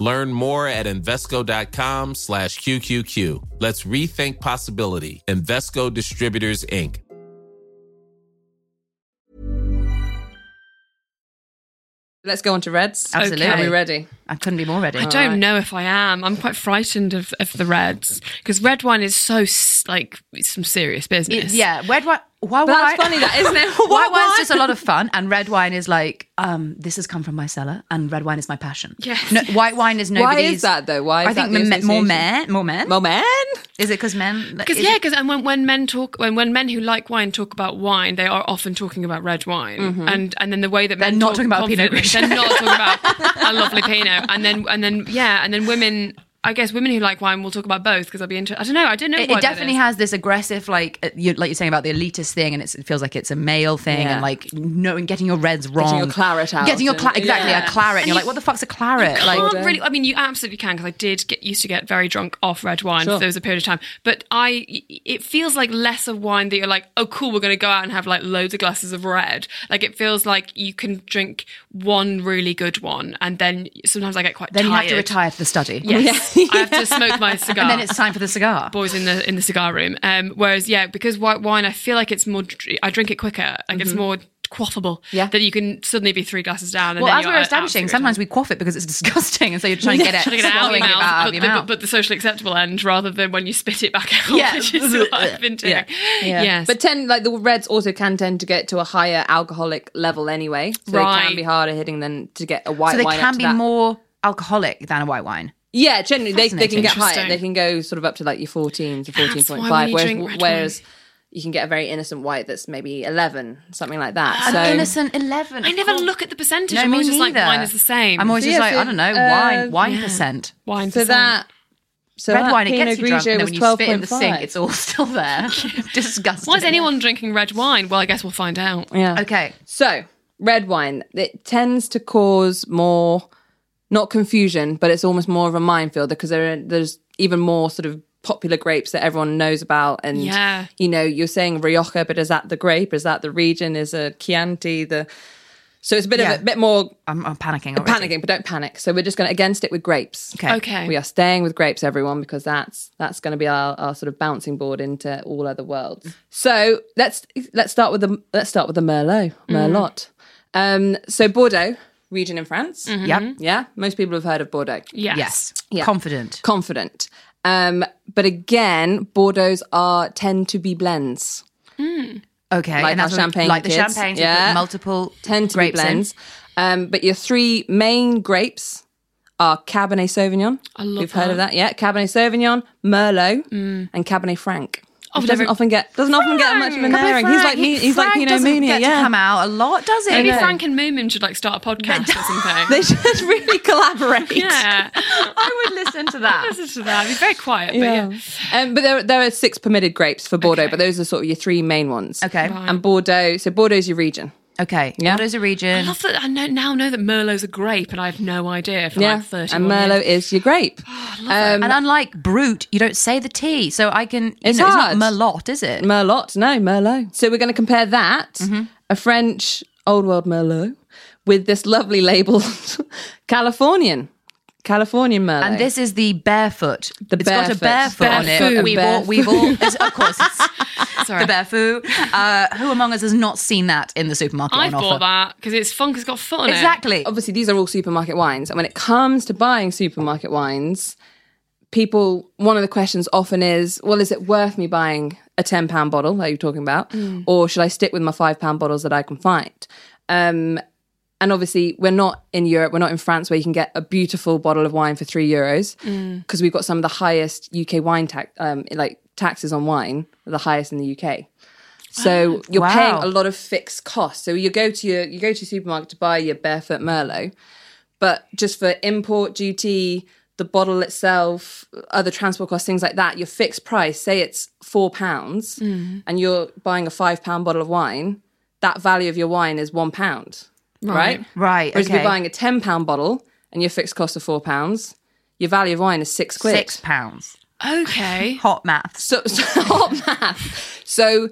E: Learn more at Invesco.com slash QQQ. Let's rethink possibility. Invesco Distributors, Inc.
C: Let's go on to Reds.
B: Absolutely.
C: Are we ready?
B: I couldn't be more ready.
A: I don't know if I am. I'm quite frightened of, of the reds because red wine is so s- like it's some serious business.
B: It- yeah, red wine. Why,
C: But
B: why,
C: that's funny, that isn't it?
B: White
C: Why
B: wine's
C: wine?
B: just a lot of fun, and red wine is like, um, this has come from my cellar, and red wine is my passion.
A: Yes.
B: No, white wine is nobody's.
C: that, though? Why is
B: I think
C: that the
B: me- more
C: association?
B: men, more men.
C: Well, man.
B: Is it because men? like,
A: Because
B: is
A: yeah,
B: it-
A: because and when, when men talk when, when men who like wine talk about wine, they are often talking about red wine, and and then the way that
B: Mm-hmm. They're
A: men
B: not
A: talk
B: talking about Pinot
A: confidently-
B: Grigio.
A: they're not talking about a lovely Pinot, and then and then yeah, and then women, I guess women who like wine will talk about both because I'll be interested. I don't know, I don't know.
B: It,
A: why
B: it
A: that
B: definitely
A: is.
B: has this aggressive, like uh, you, like you're saying about the elitist thing, and it's, it feels like it's a male thing,
C: Yeah.
B: and like knowing getting your reds wrong,
C: your claret out
B: getting your
C: and-
B: cla- exactly
A: Yeah.
B: a claret, and you're like, what the fuck's a claret? like,
A: can't really. I mean, you absolutely can because I did get used to get very drunk off red wine. for There was a period of time, but I. It feels like less of wine that you're like, oh, cool, we're going to go out and have like loads of glasses of red. Like it feels like you can drink one really good one, and then sometimes I get quite.
B: then you have to
A: tired.
B: retire to the study,
A: Yes, I have to smoke my cigar.
B: and then it's time for the cigar.
A: boys in the in the cigar room. Um, whereas yeah, because white wine, I feel like it's more. dr- I drink it quicker. Like
B: Mm-hmm.
A: it's more quaffable.
C: Yeah.
A: That you can suddenly be three glasses down. And
B: Well,
A: then
B: as
A: you're
B: we're
A: at
B: establishing,
A: absolute
B: sometimes we quaff it because it's disgusting, and so you're trying to get it,
A: trying to get it out of your
B: swallowing it
A: mouth,
B: out
A: but,
B: of your
A: the,
B: mouth.
A: But, the socially acceptable end rather than when you spit it back out,
B: Yeah.
A: which is what I've been doing.
B: Yeah.
C: Yeah.
A: Yes.
C: But tend like the reds also can tend to get to a higher alcoholic level anyway, so they
A: Right.
C: can be harder hitting than to get a white
B: so they
C: wine. up
B: can
C: to
B: be
C: that.
B: more alcoholic than a white wine.
C: Yeah, generally they, they
B: Fascinating.
C: can get higher.
A: Interesting.
C: They can go sort of up to like your 14s or
A: That's
C: 14.5,
A: why when you drink
C: whereas,
A: red
C: whereas you can get a very innocent white that's maybe 11, something like that.
B: An
C: so
B: innocent eleven.
A: I
B: of
A: never
B: course.
A: look at the percentage.
B: No,
A: I'm
B: me
A: always just like,
B: neither.
A: wine is the same.
B: I'm always
C: So
B: just
C: yeah,
B: like,
C: so,
B: I don't know,
C: uh,
B: wine, wine percent.
A: wine
C: so that so
B: Red
C: that
B: wine, it
C: Pinot
B: gets you drunk,
C: Grigio
B: and then
C: was
B: when you spit in the
C: 12.5.
B: sink, it's all still there. Disgusting.
A: Why is anyone drinking red wine? Well, I guess we'll find out.
C: yeah.
B: Okay,
C: So red wine it tends to cause more not confusion, but it's almost more of a minefield because there are, there's even more sort of popular grapes that everyone knows about and
A: Yeah.
C: you know you're saying Rioja, but is that the grape? Is that the region? Is a Chianti the? So it's a bit
B: Yeah.
C: of a bit more
B: I'm, I'm panicking. Already.
C: panicking, but don't panic. So we're just going to against it with grapes.
B: Okay.
A: Okay.
C: We are staying with grapes, everyone, because that's that's going to be our, our sort of bouncing board into all other worlds. So let's let's start with the let's start with the Merlot, Merlot. Um, so Bordeaux region in France.
B: Yep.
C: Yeah, most people have heard of Bordeaux.
A: mm-hmm. Yes.
B: Yes.
C: Yeah.
B: Confident.
C: Confident, um, but again, Bordeaux's are tend to be blends.
B: Okay.
C: Like
B: and that's
C: our
B: what-
C: champagne
B: Like the
C: kids.
B: champagne.
C: Yeah.
B: Multiple
C: Tend to be
B: grapes eh? in.
C: blends, um, but your three main grapes are Cabernet Sauvignon.
A: I love
C: You've heard of that, yeah? Cabernet Sauvignon, Merlot,
B: Mm.
C: and Cabernet Franc.
A: I've
C: Which doesn't
A: never-
C: often get doesn't often get much of an
B: Cabernet
C: airing. He's like
B: Franc-
C: me- he's like
B: Franc
C: Pinot
B: doesn't
C: Meunier,
B: get to
C: yeah.
B: come out a lot, does it?
A: Maybe Frank and Moomin should like start a podcast or something.
C: They should really collaborate.
A: yeah.
B: I would listen to that.
A: Listen to that. I'd be very quiet, but yeah.
C: Um, but there there are six permitted grapes for Bordeaux,
A: Okay.
C: but those are sort of your three main ones.
B: Okay.
C: And Bordeaux, so Bordeaux's your region.
B: Okay.
C: Yeah.
B: Bordeaux's a
A: I
B: region.
A: love that I know, now know that Merlot's a grape, and I have no idea for like 30
C: and Merlot is your
B: Oh,
C: grape. um,
B: And unlike Brut, you don't say the T, so I can. You
C: It's
B: know,
C: hard.
B: It's not Merlot, is it?
C: Merlot, no, Merlot. So we're going to compare that,
B: Mm-hmm.
C: a French old world Merlot, with this lovely label, Californian, Californian Merlot.
B: and this is the barefoot.
C: The
B: it's got a
C: barefoot.
B: barefoot, on it.
C: Barefoot.
B: We've all,
C: Barefoot.
B: we've all, it's- of course, it's
A: Sorry.
B: the barefoot. Uh, who among us has not seen that in the supermarket
A: I've
B: on offer?
A: bought that because it's fun. 'cause It's got foot on it.
B: Exactly.
C: obviously these are all supermarket wines, and when it comes to buying supermarket wines, people one of the questions often is, well, is it worth me buying a ten pound bottle that you're talking about,
B: Mm.
C: or should I stick with my five pound bottles that I can find? Um, and obviously we're not in Europe, we're not in France where you can get a beautiful bottle of wine for three euros because we've got some of the highest UK wine tax, um, like taxes on wine, the highest in the UK. So you're
B: Wow.
C: paying a lot of fixed costs. So you go to your you go to your supermarket to buy your barefoot Merlot, but just for import duty, the bottle itself, other transport costs, things like that, your fixed price, say it's four pounds, and you're buying a five pound bottle of wine, that value of your wine is one pound. right?
B: Right,
C: Whereas if
B: okay.
C: you're buying a ten pound bottle and your fixed cost of four pounds, your value of wine is six quid.
B: Six pounds.
A: Okay.
B: Hot maths.
C: So, so hot math. So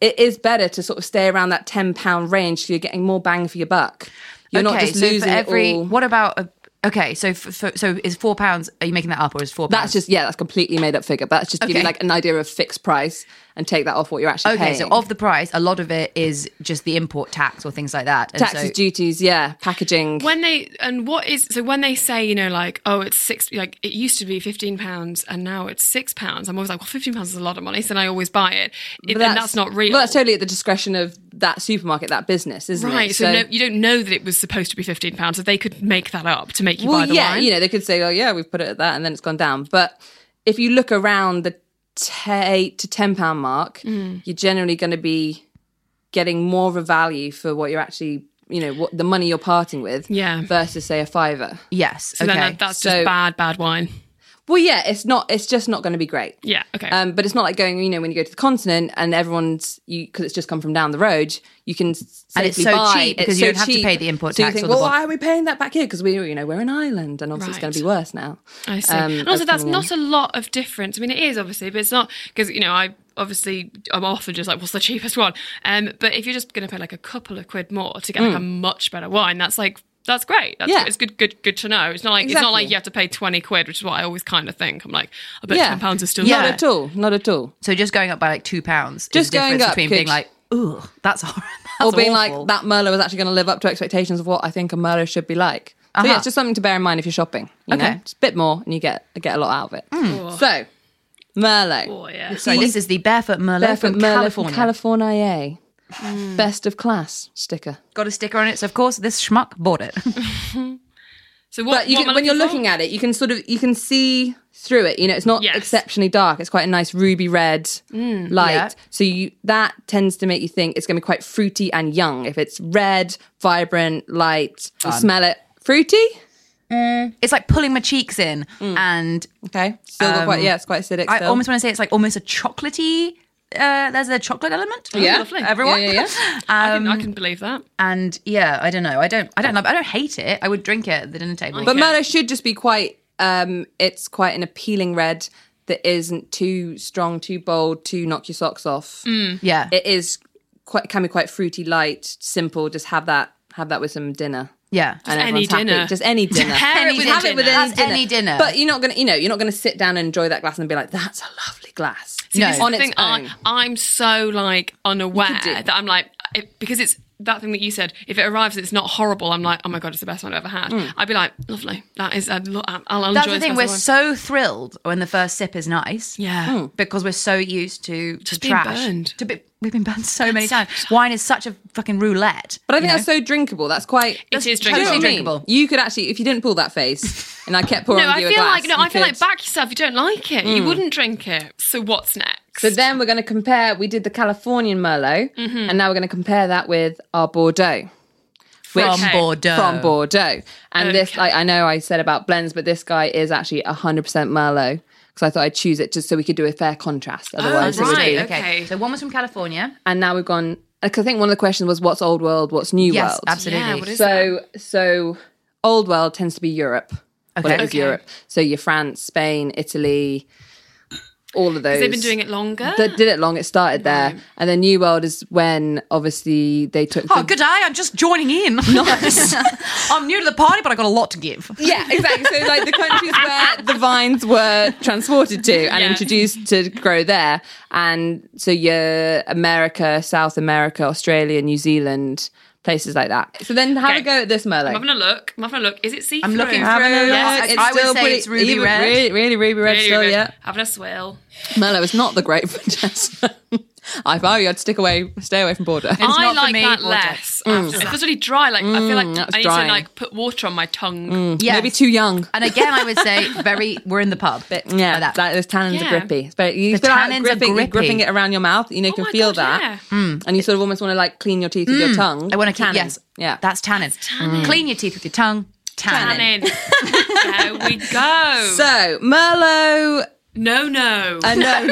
C: it is better to sort of stay around that ten pound range, so you're getting more bang for your buck. You're not just losing
B: for every.
C: it all.
B: What about? A, okay, so f for, so is four pounds? Are you making that up, or is four?
C: That's
B: pounds?
C: just yeah, that's completely made up figure. But that's just giving
B: Okay.
C: like an idea of fixed price and take that off what you're actually
B: okay.
C: paying.
B: So of the price, a lot of it is just the import tax or things like that. And
C: taxes,
B: so,
C: duties, yeah, packaging.
A: When they and what is so when they say you know like oh it's six like it used to be fifteen pounds and now it's six pounds I'm always like well fifteen pounds is a lot of money so then I always buy it, it
C: But
A: and that's not real
C: Well, that's totally at the discretion of that supermarket, that business, isn't it?
A: right so, no, you don't know that it was supposed to be fifteen pounds so they could make that up to make you buy
C: well,
A: the
C: yeah,
A: wine
C: you know, they could say, oh yeah, we've put it at that, and then it's gone down. But if you look around the te- eight to ten pound mark,
A: Mm.
C: you're generally going to be getting more of a value for what you're actually, you know, what the money you're parting with,
A: Yeah.
C: versus say a fiver.
B: yes.
A: so
B: okay.
A: then that, that's
C: so-
A: just bad bad wine
C: Well, yeah, it's not. It's just not going to be great.
A: yeah okay
C: Um, but it's not like going, you know, when you go to the continent and everyone's you because it's just come from down the road, you can s-
B: And it's
C: safely
B: so
C: buy.
B: cheap because
C: It's
B: you
C: so
B: don't have to
C: cheap.
B: pay the import
C: so
B: tax
C: You think,
B: or the
C: well,
B: bond."
C: why are we paying that back here? Because we, you know, we're an island, and obviously it's going to
A: Right.
C: be worse now.
A: I see.
C: Um,
A: and also, that's
C: coming in.
A: not a lot of difference. I mean, it is obviously, but it's not because you know I obviously I'm often just like, what's the cheapest one? Um, but if you're just going to pay like a couple of quid more to get like a much better wine, that's like that's great. That's
C: Mm. Yeah.
A: it's good, good, good to know. It's not like it's not
C: Exactly.
A: like you have to pay twenty quid, which is what I always kind of think. I'm like, I bet ten pounds is still
C: not
B: Yeah.
C: at all, not at all.
B: So just going up by like two pounds. is
C: Just
B: the
C: going
B: difference
C: up
B: between
C: could-
B: being like, ooh, that's horrible.
C: or being like that Merlot is actually going to live up to expectations of what I think a Merlot should be like. So yeah,
B: Uh-huh.
C: it's just something to bear in mind if you're shopping. You
B: Okay. Mm.
C: know? just a bit more, and you get get a lot out of it. So Merlot,
A: Oh yeah.
B: Sorry, this is the barefoot Merlot
C: Barefoot
B: from
C: Merlot from
B: California.
C: California,
B: Hmm.
C: best of class sticker.
B: Got a sticker on it, so of course this schmuck bought it.
A: So what,
C: but you
A: what am
C: can,
A: I
C: when you're
A: for?
C: looking at it, you can sort of you can see through it. You know, it's not
A: Yes.
C: exceptionally dark. It's quite a nice ruby red light.
B: Hmm, yeah.
C: So you that tends to make you think it's going to be quite fruity and young. If it's red, vibrant, light, you smell it fruity.
B: it's like pulling my cheeks in, and
C: Okay, still got quite yeah, it's quite acidic.
B: I
C: Mm. still.
B: almost want to say it's like almost a chocolatey. Uh, there's a chocolate element. Oh,
C: yeah,
A: lovely.
B: everyone.
C: Yeah, yeah,
A: I, can, I
C: um,
A: can believe that.
B: And yeah, I don't know. I don't. I don't love. I don't hate it. I would drink it at the dinner table.
C: But Merlot should just be quite. Um, it's quite an appealing red that isn't too strong, too bold, to knock your socks off.
A: Mm.
B: yeah,
C: it is quite can be quite fruity, light, simple. Just have that have that with some dinner.
B: yeah.
C: and
A: any
C: everyone's happy.
A: dinner.
C: just any dinner.
A: Pair it
B: Any
A: with
B: dinner.
C: have it with
B: dinner.
C: any
B: That's
C: dinner.
B: any dinner.
C: But you're not gonna, you know, you're not gonna sit down and enjoy that glass and be like, "That's a lovely glass."
B: No.
A: This is
C: on
A: the
C: its
A: thing, uh,
C: own.
A: I, I'm so like unaware
C: do.
A: that I'm like it, because it's that thing that you said. If it arrives, and it's not horrible. I'm like, oh my god, it's the best one I've ever had. I'd be like, lovely. That is. I'd lo- I'll I'll enjoy.
B: That's the
A: this
B: thing.
A: glass
B: We're
A: of
B: so
A: wine.
B: thrilled when the first sip is nice.
A: yeah.
C: Hmm.
B: Because we're so used to just
A: being
B: trash.
A: burned.
B: To be, we've been burned so many times. Wine is such a fucking roulette.
C: But I think that's so drinkable. That's quite.
A: It is
C: Do you know what
A: drinkable.
C: I mean?
B: Drinkable.
C: You could actually, if you didn't pull that face, and I kept pouring
A: No, I
C: you
A: feel
C: a glass,
A: like no,
C: you
A: I feel like
C: could-
A: back yourself. You don't like it. You wouldn't drink it. So what's next?
C: So then we're going to compare. We did the Californian Merlot,
A: Mm-hmm.
C: and now we're going to compare that with our Bordeaux.
B: From
A: Okay.
B: Bordeaux.
C: From Bordeaux. And this,
A: Oh. Okay.
C: like, I know I said about blends, but this guy is actually 100% Merlot because I thought I'd choose it just so we could do a fair contrast. Otherwise, it would
A: Ah, right,
C: be.
A: okay.
B: So one was from California.
C: And now we've gone, because I think one of the questions was what's old world, what's new
B: yes,
C: world?
B: absolutely.
A: Yeah, what is-
C: So, so old world tends to be Europe. Okay. Well, it was
A: Okay.
C: Europe. So your France, Spain, Italy, all of those.
A: they've been doing it longer.
C: They did it long. It started there, and then New World is when obviously they took.
B: Oh,
C: the-
B: good day. I'm just joining in. Nice. I'm new to the party, but I got a lot to give.
C: Yeah, exactly. So like the countries where the vines were transported to and
A: Yeah.
C: introduced to grow there, and so your America, South America, Australia, New Zealand, places like that. So then have
A: Okay.
C: a go at this Merlot.
A: I'm having a look. I'm having a look. Is it see?
B: I'm looking
C: Have a
B: through.
C: look.
B: Yes,
C: It's
B: it's- I would
C: still
B: say
C: pretty-
B: it's ruby
C: even-
B: red.
C: Really, really ruby red still, yeah.
A: Having a swill.
C: Merlot is not the great Francesca. I if I were you, I'd stick away, stay away from Bordeaux.
A: I
B: not for
A: like
B: me,
A: that
B: water.
A: less. after that. It feels really dry. Like I feel like I need
C: drying.
A: to like put water on my tongue.
B: Yes.
C: Maybe too young.
B: And again, I would say very. We're in the pub.
C: Yeah,
B: Like that.
C: like those tannins
A: Yeah.
C: are grippy. It's very, you
B: The
C: feel like
B: tannins are
C: gripping, you're
B: grippy. Oh
C: gripping it around your mouth. You know, you can
A: Oh my
C: feel
A: God,
C: that, and you sort of almost want to like clean your teeth with your tongue.
B: Mm. I want to keep.
C: Tannins.
B: Yes,
C: yeah,
B: That's tannin. Mm. Clean your teeth with your tongue. Tannin.
A: Tannin. there we go.
C: so Merlot.
A: No, no.
C: Uh, no,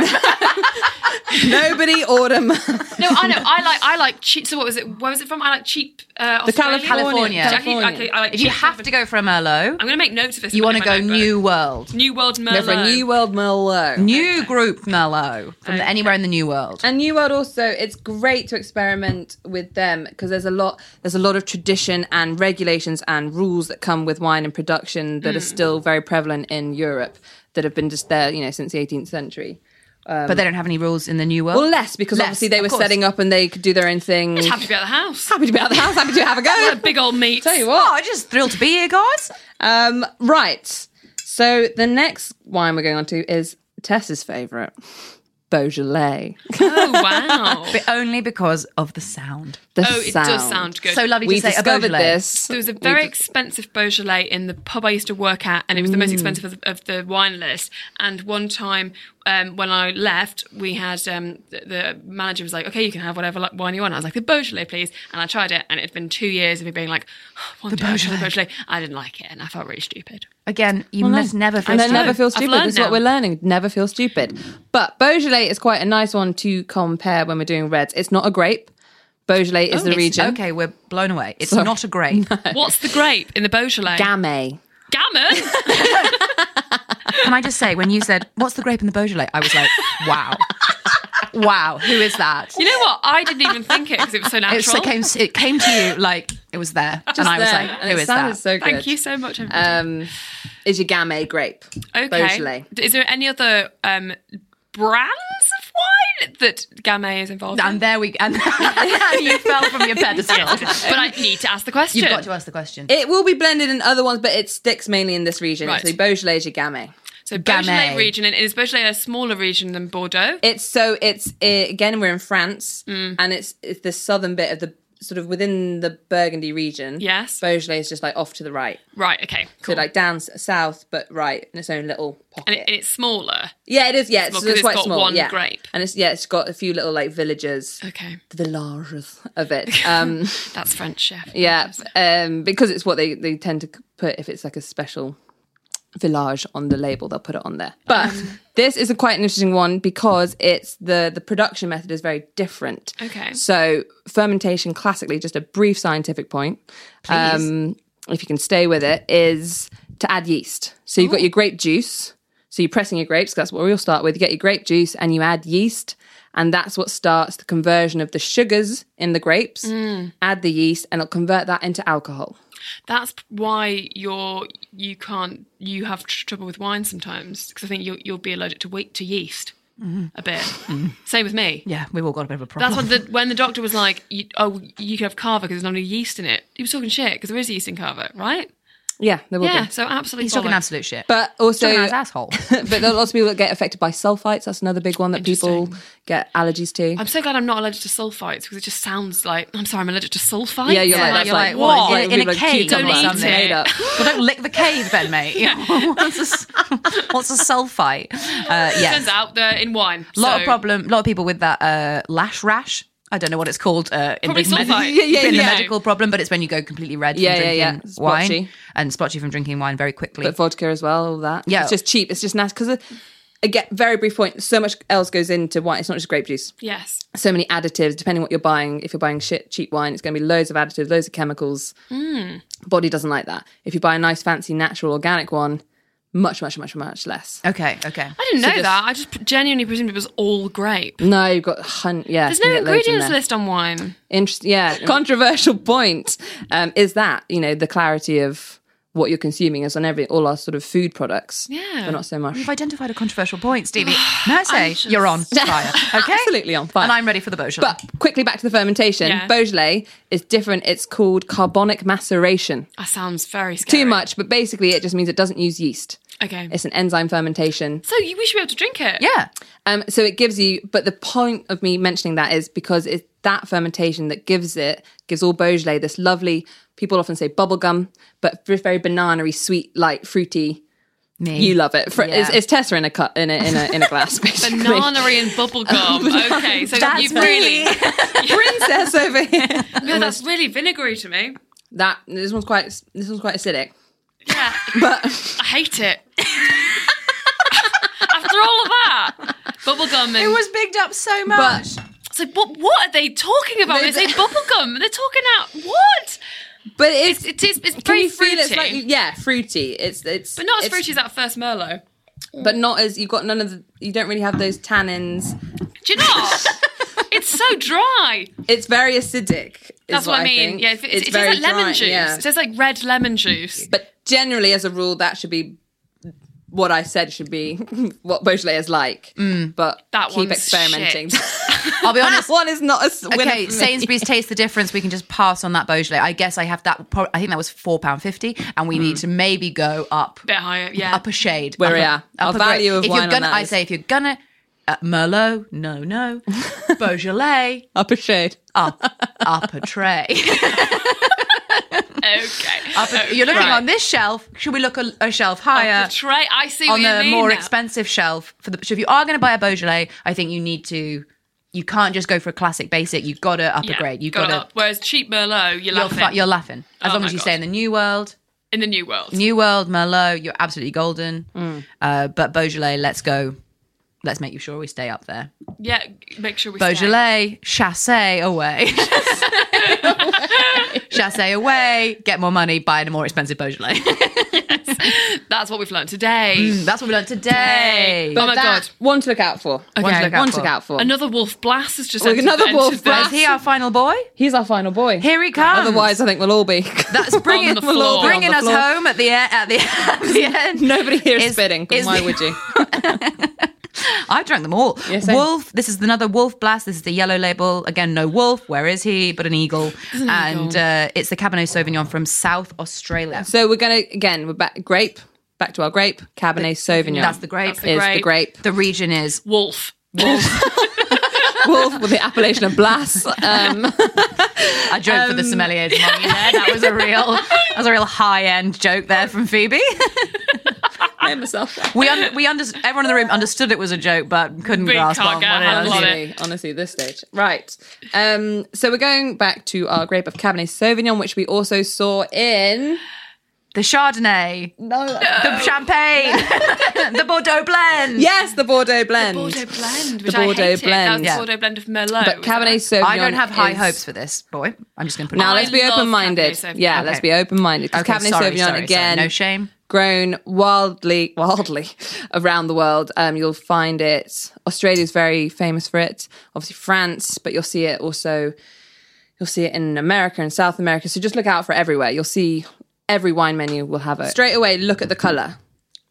C: nobody order my-
A: no, I know. I like I like cheap. So what was it? Where was it from? I like cheap. Uh,
C: The
A: Australian-
C: California.
A: Jackie, I-
C: California.
A: I like
B: If you
A: cheap
B: have to go for a Merlot,
A: I'm going to make notes of this.
B: you
A: one
B: want
A: in
B: to
A: my
B: go
A: notebook.
B: New World,
A: New World Merlot.
C: Go for a New World Merlot.
B: new group Merlot from anywhere in the New World.
C: and New World also, it's great to experiment with them because there's a lot there's a lot of tradition and regulations and rules that come with wine and production
B: Mm.
C: that are still very prevalent in Europe that have been just there, you know, since the 18th century.
B: but they don't have any rules in the New World.
C: Well, less because obviously they
B: of
C: were
B: course.
C: setting up and they could do their own thing.
A: Just happy to be at the house.
C: happy to be out of the house. Happy to have a
A: What a
C: go.
A: big old meat.
C: Tell you
B: Oh,
C: what.
B: I'm just thrilled to be here, guys.
C: Um, right. So the next wine we're going on to is Tess's favourite, Beaujolais.
A: Oh wow.
B: But only because of the sound.
C: The
A: oh, it does sound good.
B: So lovely
C: We
B: to say a
C: discovered
B: Beaujolais.
C: this.
A: There was a very expensive Beaujolais in the pub I used to work at, and it was the most expensive of, of the wine list. And one time um, when I left, we had um, the, the manager was like, "Okay, you can have whatever like, wine you want." I was like, "The Beaujolais, please." And I tried it, and it had been two years of me being like, "Oh, "One day I'll try the Beaujolais." I didn't like it, and I felt really stupid.
B: Again, you must never feel
C: And then
B: stupid.
C: never feel
A: I've
C: stupid.
A: learned
C: This is what
A: now.
C: we're learning. Never feel stupid. But Beaujolais is quite a nice one to compare when we're doing reds. It's not a grape. Beaujolais is the
B: Oh, It's-
C: region.
B: Okay, we're blown away. It's
C: Sorry.
B: not a grape.
A: What's the grape in the Beaujolais?
C: Gamay.
A: Gammon.
B: Can I just say, when you said, "What's the grape in the Beaujolais?" I was like, "Wow, wow, who is that?"
A: you know what? I didn't even think it because it was so natural.
B: It just came. It came to you like it was there, and I was
C: there.
B: like,
C: And
B: "Who
C: it
B: is
C: sounded
B: that?"
C: so good.
A: Thank you so much. everybody.
C: Um, is your Gamay grape?
A: Okay.
C: Beaujolais.
A: Is there any other um, brands of wine that Gamay is involved
B: and
A: in?
B: there we and, and you fell from your pedestal.
A: but I need to ask the question.
B: You've got to ask the question.
C: It will be blended in other ones, but it sticks mainly in this region.
A: Right.
C: So Beaujolais is your Gamay.
A: so
B: Gamay.
A: Beaujolais region, and is Beaujolais a smaller region than Bordeaux?
C: It's so it's uh again we're in France
A: Mm.
C: and it's it's the southern bit of the sort of within the Burgundy region.
A: Yes.
C: Beaujolais is just like off to the right,
A: right. Okay. Cool.
C: so like down s- south but right in its own little pocket.
A: and, it, and it's smaller.
C: yeah, it is. Yeah, it's,
A: small 'cause
C: it's
A: it's
C: quite
A: got
C: small.
A: one
C: yeah,
A: grape.
C: and it's yeah, it's got a few little like villages,
A: Okay.
C: villages of it. Um,
A: That's French chef.
C: yeah, um, because it's what they they tend to c- put if it's like a special village on the label they'll put it on there but this is a quite an interesting one because it's the the production method is very different
A: Okay.
C: so fermentation classically just a brief scientific point um if you can stay with it is to add yeast so you've got your grape juice so you're pressing your grapes that's what we'll start with you get your grape juice and you add yeast and that's what starts the conversion of the sugars in the grapes add the yeast and it'll convert that into alcohol
A: That's why you're you can't you have tr- trouble with wine sometimes because I think you'll you'll be allergic to wheat to yeast
B: Mm-hmm.
A: a bit. Same with me.
B: yeah, we've all got a bit of a problem.
A: That's what the when the doctor was like, you, "Oh, you can have carver because there's not any yeast in it." He was talking shit because there is yeast in carver, right?
C: yeah there will be
A: yeah, so absolutely.
B: He's talking
A: bollocks.
B: absolute shit.
C: But
B: He's talking out
C: also,
B: his asshole.
C: but there are lots of people that get affected by sulfites. That's another big one that people
A: Interesting.
C: get allergies to.
A: I'm so glad I'm not allergic to sulfites because it just sounds like I'm sorry, I'm allergic to sulfites.
C: yeah, you're like, that's
B: you're
C: like,
B: like, what?
C: it's
B: In- in a
C: people like
B: cave
C: cucumber
A: or
C: or
A: something.
C: made up.
B: well, don't lick the cave, then, mate. You know, what's, a, s- what's a sulfite? Uh, yes,
A: Turns out they're in wine.
B: a lot
A: so-
B: of problem. A lot of people with that uh, lash rash. I don't know what it's called uh, in,
A: Probably
B: the, med-
A: sulfite.
C: Yeah, yeah,
B: in the
C: yeah.
B: medical problem, but it's when you go completely red
C: Yeah,
B: from
C: yeah, yeah.
B: drinking wine
C: Splotchy.
B: and spotchy from drinking wine very quickly.
C: But vodka as well, all that.
B: Yeah.
C: It's just cheap. It's just nice. Because, again, very brief point, so much else goes into wine. It's not just grape juice.
A: Yes.
C: So many additives, depending what you're buying. If you're buying shit, cheap wine, it's going to be loads of additives, loads of chemicals.
A: Hmm.
C: Body doesn't like that. If you buy a nice, fancy, natural, organic one, much, much, much, much less.
B: okay, okay.
A: I didn't know
C: just-
A: that. I just genuinely presumed it was all grape.
C: No, you've got hun- yeah.
A: There's
C: you
A: no
C: can get loads in
A: ingredients
C: there.
A: list on wine.
C: Interest, yeah, controversial point um, is that you know the clarity of what you're consuming is on every all our sort of food products.
A: Yeah.
C: they're not so much.
B: You've identified a controversial point, Stevie. Mercy, you're on fire. Okay,
C: Absolutely on fire.
B: And I'm ready for the Beaujolais.
C: But quickly back to the fermentation.
A: Yeah.
C: Beaujolais is different. It's called carbonic maceration.
A: That sounds very scary.
C: Too much, but basically it just means it doesn't use yeast.
A: Okay.
C: It's an enzyme fermentation.
A: So you, we should be able to drink it.
B: yeah,
C: Um, so it gives you, but the point of me mentioning that is because it's that fermentation that gives it, gives all Beaujolais this lovely, people often say bubblegum, but v- very banana sweet, light, fruity.
B: me.
C: You love it. Fr-
B: Yeah.
C: It's, it's Tessa in a cup, in a, in a, in a glass. basically.
A: Bananery and
C: Oh,
A: bubblegum. Okay, so
B: That's
A: you really,
C: Princess over here.
A: yeah, that's really vinegary to me.
C: That, this one's quite, this one's quite acidic.
A: Yeah. But I hate it. After all of bubblegum and
B: It was bigged up so much.
A: it's like what what are they talking about? They,
C: They-
A: say bubblegum. They're talking out what?
C: But it's,
A: It is it's
C: can
A: very
C: you
A: fruity.
C: feel it's like yeah, fruity. It's it's
A: but not as
C: it's,
A: fruity as that first Merlot.
C: But not as you've got none of the, you don't really have those tannins.
A: Do you not? it's so dry.
C: It's very acidic. is
A: That's what, I mean.
C: think.
A: Yeah, it, it, it tastes
C: very
A: like lemon
C: dry,
A: juice.
C: yeah.
A: It tastes like red lemon juice.
C: But generally, as a rule, that should be what I said should be what Beaujolais is like.
B: Mm.
C: But
A: That
C: keep
A: one's
C: experimenting.
A: shit.
B: I'll be honest.
C: that one is not as
B: Okay, Sainsbury's taste the difference. We can just pass on that Beaujolais. I guess I have that. pro- I think that was four pound fifty, and we need to maybe go up
A: Bit higher, yeah.
B: up a shade.
C: Where
B: up
C: we
B: a-
C: are. Our
B: up a
C: value
B: grade.
C: of
B: if
C: wine
B: you're
C: on
B: gonna,
C: that
B: I
C: is-
B: say if you're gonna uh, Merlot, no, no, Beaujolais,
C: up a shade.
B: up up a tray.
A: okay.
B: Up a- you're looking
A: Right.
B: on this shelf. Should we look a, a shelf higher?
A: the tray. I see
B: on
A: what
B: the
A: you mean
B: more
A: now.
B: expensive shelf for the so if you are going to buy a Beaujolais, I think you need to you can't just go for a classic basic. You've got to up
A: Yeah,
B: a grade. You've got
A: got it
B: to
A: up. Whereas cheap Merlot,
B: you're,
A: you're laughing.
B: fu- you're laughing. As
A: Oh
B: long
A: my
B: as you
A: God.
B: stay in the new world,
A: in the new world.
B: new world Merlot, you're absolutely golden.
A: Mm.
B: Uh, but Beaujolais, let's go. Let's make you sure we stay up there.
A: yeah, make sure we stay.
B: Beaujolais, chasse away. chasse away. Get more money, buy a more expensive Beaujolais.
A: That's what we've learned today.
C: Mm,
B: That's what we learned today.
A: Oh my
C: That-
A: god.
C: one to look out for. One to look out,
B: One
C: for.
B: to look out
A: Another wolf blast has just
C: Well,
A: entered-
C: another
A: entered
C: wolf
A: the-
B: But Is he our final boy?
C: He's our final boy.
B: Here he comes.
C: Otherwise, I think we'll all be.
B: That's bringing,
A: the floor.
B: bringing
C: On the
B: us
C: floor.
B: home at the e- at the, at the end.
C: Nobody here is
B: Is-
C: spitting. 'cause
B: is-
C: why would you?
B: I drank them all.
C: Yeah, same.
B: wolf. This is another wolf blast. This is the yellow label. Again, no wolf. Where is he? But an eagle. and Uh, it's the Cabernet Sauvignon from South Australia.
C: So we're gonna again. We're back grape. Back to our grape. Cabernet Sauvignon.
B: That's the grape.
A: That's
C: Is the
A: grape.
C: grape.
B: The region is
A: wolf.
C: Wolf with the appellation of Blas. Um,
B: a joke for the sommelier among you there. That was a real that was a real high end joke there from Phoebe.
C: I myself.
B: we un- we under- everyone in the room understood it was a joke, but couldn't
A: We
B: grasp
A: can't
B: on
A: get
B: what
A: a handle
B: was.
A: on it.
C: honestly, honestly, this stage. Right. Um, so we're going back to our grape of Cabernet Sauvignon, which we also saw in. oh,
B: The Chardonnay,
C: No.
B: the Champagne, the Bordeaux blend.
C: Yes, the Bordeaux blend.
A: Bordeaux blend, which
C: Bordeaux
A: I hated. That was
C: blend.
A: the
C: Yeah.
A: Bordeaux blend of Merlot.
C: But
A: was
C: Cabernet
A: that?
C: Sauvignon.
B: I don't have high
C: is-
B: hopes for this, boy. I'm just going to put
C: Now
B: it
C: let's
B: out
C: be
A: love
C: open minded.
A: Cabernet Sauvignon.
C: Yeah,
B: Okay.
C: let's be open minded.
B: there.
C: Cabernet
B: sorry,
C: Sauvignon
B: sorry, sorry.
C: again.
B: No shame.
C: grown wildly, wildly around the world. Um, you'll find it. Australia's very famous for it. Obviously France, but you'll see it also. You'll see it in America and South America. So just look out for it everywhere. You'll see every wine menu will have it. Straight away, look at the color.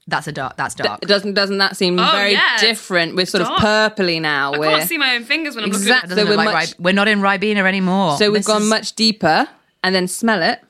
B: That's a dark. That's dark.
C: Doesn't doesn't that seem very
A: yeah, it's
C: different? We're sort
A: dark.
C: Oh, of purpley now.
A: I
C: we're,
A: can't see my own fingers when I'm
C: Exact-
B: That
A: looking.
C: so
B: doesn't look
C: we're
B: like
C: much-
B: Rib- we're not in Ribena anymore.
C: so we've
B: This
C: gone
B: is-
C: much deeper, and then smell it.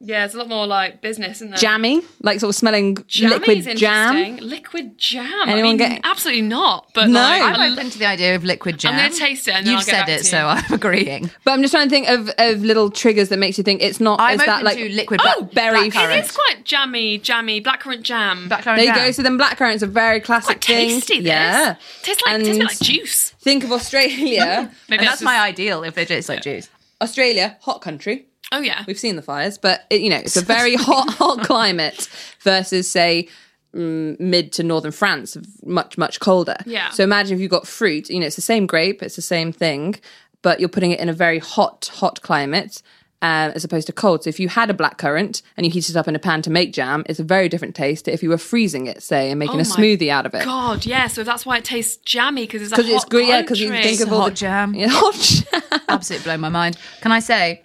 A: Yeah, it's a lot more like business,
C: Uh,
A: isn't there?
C: Jammy, like sort of smelling
A: Jammy is
C: liquid jam.
A: interesting. Liquid jam. I mean,
C: Anyone get-
A: absolutely not. But
C: No.
A: like,
B: I'm
A: I
B: open to the idea of liquid jam.
A: gonna taste it and then
B: You've
A: I'll get
B: said
A: back
B: it,
A: to you.
B: so I'm agreeing.
C: But I'm just trying to think of, of little triggers that makes you think it's not.
B: I'm
C: is that
B: open
C: like oh,
B: to liquid black-
C: berry
B: blackcurrant.
A: It is quite jammy, jammy, blackcurrant jam.
B: Blackcurrant
C: There you
B: jam.
C: go. So then blackcurrant's a very classic
A: quite tasty,
C: thing.
A: this.
C: Yeah.
A: Tastes like, tastes a bit like juice.
C: Think of Australia.
A: Maybe
B: and that's
A: just-
B: my ideal if they taste like juice.
C: Australia, hot country.
A: Oh, yeah.
C: We've seen the fires, but it, you know, it's a very hot, hot climate versus say mm, mid to northern France, much, much colder.
A: Yeah.
C: So imagine if you've got fruit, you know, it's the same grape, it's the same thing, but you're putting it in a very hot, hot climate. Um, as opposed to cold. So, if you had a black currant and you heated it up in a pan to make jam, it's a very different taste to if you were freezing it, say, and making
A: Oh my
C: a smoothie out of it.
A: God, yeah. So that's why it tastes jammy because it's a hot
C: Because it's great, yeah. Because you
A: country.
C: think of
B: It's
C: all
B: hot
C: the
B: jam.
C: Yeah, hot jam.
B: Absolutely blown my mind. Can I say?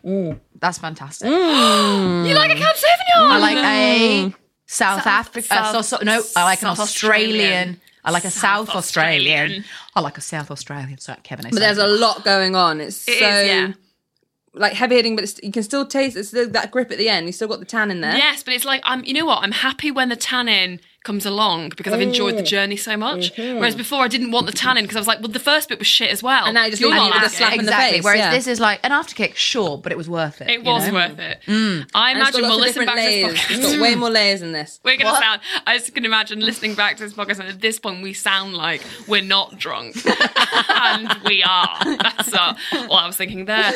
B: That's fantastic.
A: you
C: mm.
A: like a Cab Sauvignon.
B: I like a South, African.
A: South-
B: no, I like an
A: South
B: Australian.
A: Australian.
B: I like a
A: South
B: South, Australian.
A: Australian.
B: I like a South Australian. So Kevin,
C: But there's a lot going on. It's
A: It is,
C: so
A: yeah.
C: like heavy hitting, but it's, you can still taste it's still that grip at the end. You still got the tan in there.
A: Yes, but it's like I'm. You know what? I'm happy when the tannin comes along because I've enjoyed the
C: Mm.
A: journey so much. Whereas before, I didn't want the tannin because I was like, well, the first bit was shit as well.
C: Mm-hmm. And now you just
A: You're
C: leave it
A: not liking
C: with a slap
A: it.
C: in the
B: exactly.
C: face,
B: Whereas
C: yeah.
B: this is like an afterkick, sure, but it was worth it.
A: It was worth it. I
C: Mm. And it's got
A: imagine we'll
C: lots of
A: listen
C: different
A: back to
C: layers.
A: this podcast.
C: It's got way more layers in this.
A: We're gonna sound. I just can imagine listening back to this podcast, and at this point, we sound like we're not drunk, and we are. That's uh, all I was thinking there.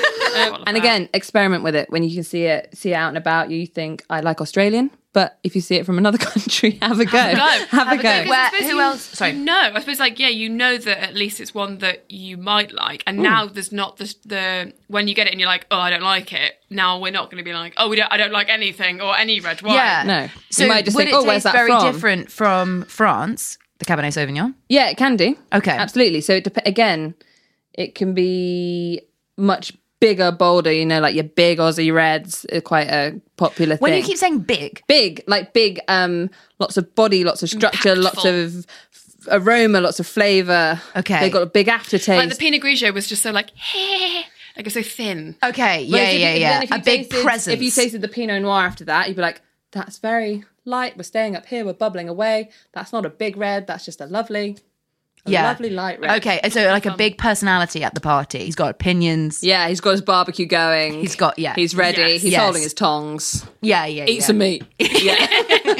A: Um,
C: And again, experiment with it when you can see it, see it out and about. You think I like Australian, But if you see it from another country, have a go. Have
A: No,
C: a go.
B: Where-
A: I suppose
B: who
A: you-
B: else- sorry.
A: You know, I suppose like yeah, you know that at least it's one that you might like, and now there's not the, the when you get it and you're like, oh, I don't like it. Now we're not going to be like, oh, we don't, I don't like anything or any red wine.
B: Yeah.
C: No. You
B: So
C: might just
B: would
C: think,
B: it
C: "Oh,
B: taste
C: where's that
B: very
C: from?"
B: different from France, the Cabernet Sauvignon?
C: Yeah, it can do.
B: Okay.
C: Absolutely. So it dep- again, it can be much bigger, bolder, you know, like your big Aussie Reds are quite a popular
B: When
C: thing.
B: you keep saying big,
C: big, like big, um, lots of body, lots of structure, lots of f- aroma, lots of flavour.
B: Okay.
C: They've got a big aftertaste.
A: Like the Pinot Grigio was just so like, like it's so thin.
B: okay,
C: Whereas
B: yeah,
C: if you-
B: yeah,
C: then
B: yeah,
C: if you
B: a big
C: tasted-
B: presence.
C: If you tasted the Pinot Noir after that, you'd be like, that's very light. We're staying up here. We're bubbling away. That's not a big red. That's just a lovely, a
B: yeah,
C: lovely light red.
B: Okay, and so like a big personality at the party. He's got opinions.
C: Yeah, he's got his barbecue going.
B: He's got- yeah.
C: He's ready.
A: Yes.
C: He's
B: Yes.
C: holding his tongs.
B: Yeah, yeah,
C: Eat
B: yeah.
C: some meat. Yeah.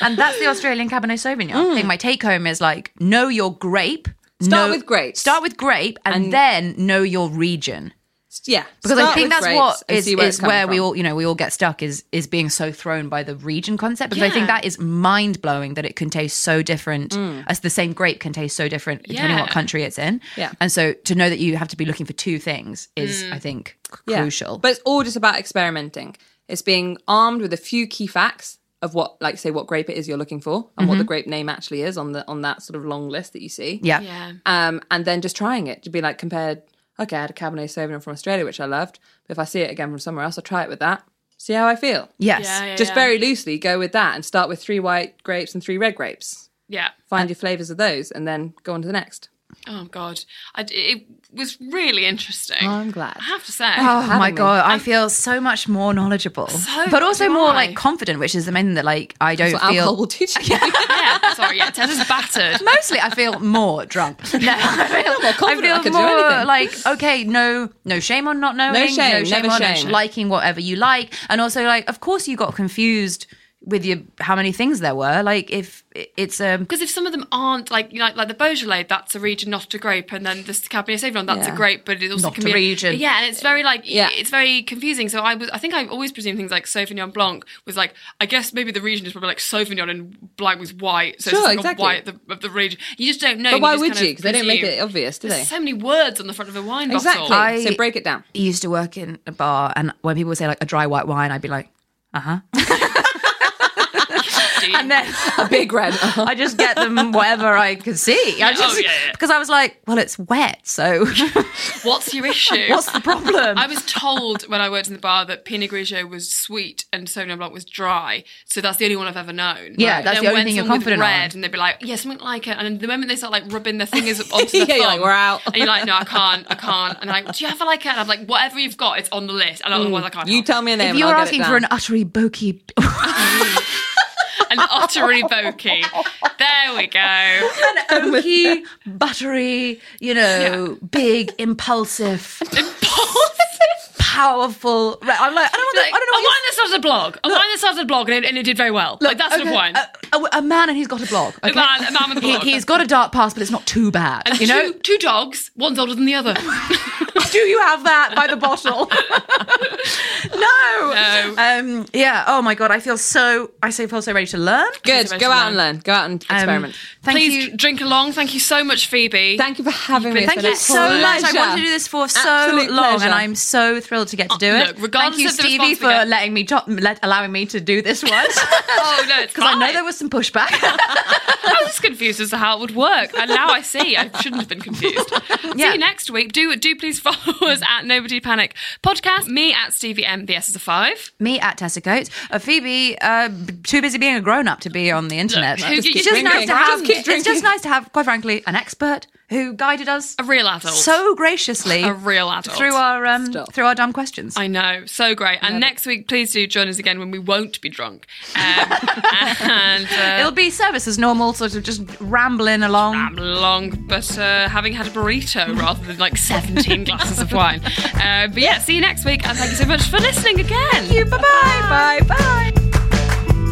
B: And that's the Australian Cabernet Sauvignon. I think my take home is like know your grape.
C: Mm. Start
B: know-
C: with grapes.
B: Start with grape, and, then know your region.
C: yeah.
B: Because I
C: Start
B: think
C: with
B: that's
C: grapes
B: what
C: and
B: is
C: see
B: is
C: where
B: where,
C: it's coming
B: we
C: from.
B: all you know we all get stuck is is being so thrown by the region concept. Because I
A: Yeah.
B: think that is mind blowing that it can taste so different.
C: Mm.
B: As the same grape can taste so different depending on what
A: Yeah.
B: country it's in.
C: Yeah. Mm.
B: And so to know that you have to be looking for two things is I think c-
C: Yeah.
B: crucial.
C: But it's all just about experimenting. It's being armed with a few key facts of what, like, say, what grape it is you're looking for, and what the grape name actually is on the on that sort of long list that you see.
B: Mm-hmm. yeah.
A: Yeah.
C: um, and then just trying it to be like compared. Okay, I had a Cabernet Sauvignon from Australia, which I loved, but if I see it again from somewhere else, I'll try it with that. See how I feel.
B: Yes.
A: Yeah, yeah,
C: just
A: yeah.
C: very loosely go with that and start with three white grapes and three red grapes.
A: yeah.
B: Uh,
C: Find your flavors of those, and then go on to the next.
A: Oh god, I, it was really interesting.
C: I'm glad.
A: I have to say.
B: Oh my
C: me.
B: god, I feel so much more knowledgeable, but also
A: do
B: more
A: I.
B: like confident, which is the main that like I don't
C: That's what alcohol will
B: feel.
C: do to you.
A: yeah, sorry, yeah, Tessa's battered.
B: Mostly, I feel more drunk. No, I feel more I
C: confident, I
B: feel
C: can do anything.
B: more like okay, no, no shame on not knowing,
C: shame, never
B: on
C: shame.
B: liking whatever you like, and also like, of course, you got confused with your how many things there were. Like, if it's um,
A: Because if some of them aren't like you know, like the Beaujolais, that's a region, not a grape, and then the Cabernet Sauvignon, that's
C: Yeah.
A: a grape, but it also
B: Not
A: can
B: a
A: be
B: region.
A: Yeah, and it's very like
C: Yeah.
A: yeah. it's very confusing. So I was, I think I've always presumed things like Sauvignon Blanc was like, I guess maybe the region is probably like Sauvignon and Blanc was white, so
C: Sure,
A: it's like
C: exactly.
A: a white of the, of the region. You just don't know.
C: but
A: and
C: why
A: just
C: would
A: kind
C: you?
A: of
C: Because they don't make
A: presume.
C: it obvious, do they?
A: There's so many words on the front of a wine bottle.
C: Exactly.
B: I-
C: so break it down.
B: I used to work in a bar, and when people would say like a dry white wine, I'd be like, uh huh. and then
C: A big red.
B: I just get them whatever I can see. I
A: Yeah,
B: just
A: oh, yeah, yeah.
B: because I was like, well, it's wet, so
A: What's your issue?
B: what's the problem?
A: I was told when I worked in the bar that Pinot Grigio was sweet and Sauvignon Blanc was dry. So that's the only one I've ever known.
B: Yeah,
A: Right.
B: that's
A: Then
B: the only
A: went
B: thing you're
A: someone with
B: confident
A: red,
B: on.
A: And they'd be like, yeah, something like it. And the moment they start like rubbing their fingers up onto
C: Yeah,
A: the
C: you're like,
A: thumb,
C: "We're out."
A: And you're like, no, I can't, I can't. And they're like, do you have a like it? And I'm like, whatever you've got, it's on the list. And otherwise, I can't.
C: You
A: help
C: tell me a name.
B: if
C: and
B: Mm. you were
C: I'll get it
B: asking for
C: down.
B: an utterly bokey,
A: it. An utterly bokeh. There we go.
B: oaky, Um, buttery, you know, big, impulsive, powerful. Right, I'm like, I don't want.
A: Like,
B: the, I don't know. What
A: a wine that started a blog. A wine that started a blog, and it, and it did very well. like that's
B: okay, uh,
A: sort of wine.
B: A, a- a man and he's got a blog. Okay?
A: man- a man with a blog.
B: He, has got a dark past, but it's not too bad. you know?
A: two, two dogs, one's older than the other.
B: Do you have that by the bottle? no.
A: No.
B: Um, yeah. Oh my god, I feel so. I so feel so ready to learn.
C: Good. Go out and learn. Go out and
B: Um,
C: experiment.
B: thank
A: Please
B: you.
A: drink along. Thank you so much, Phoebe.
C: Thank you for having me.
A: been-
C: It's
B: Thank
C: been
B: you so
C: a
B: much. I
C: pleasure.
B: wanted to do this for so
C: Absolute
B: long,
C: pleasure.
B: and I'm so thrilled to get to do
A: Uh,
B: it.
A: look, regardless
B: Thank you,
A: of the
B: Stevie,
A: response we
B: for
A: get-
B: letting me top, let, allowing me to do this one.
A: Oh no, it's
B: Because I know
A: fine.
B: there was some pushback.
A: I was confused as to how it would work, and now I see. I shouldn't have been confused. See
B: Yeah.
A: you next week. Do do please follow us at Nobody Panic Podcast. Me at Stevie M. The S is a five.
B: me at Tessa Coates. Uh, Phoebe, uh, b- too busy being a grown up to be on the internet.
A: who
B: It's
A: you
B: just
A: drinking?
B: nice to
A: Just
B: have.
C: keep
B: It's
C: drinking.
B: just nice to have, quite frankly, an expert who guided us
A: A real adult.
B: so graciously
A: A real adult.
B: through our um,
C: Stop.
B: through our dumb questions.
A: I know, so great. And next week, please do join us again when we won't be drunk. Um, and uh,
B: It'll be service as normal, sort of just rambling along.
A: I'm long, but uh, having had a burrito rather than like 17 glasses of wine. Uh, but yeah, see you next week, and thank you so much for listening again.
B: Thank you. Bye-bye. Bye bye.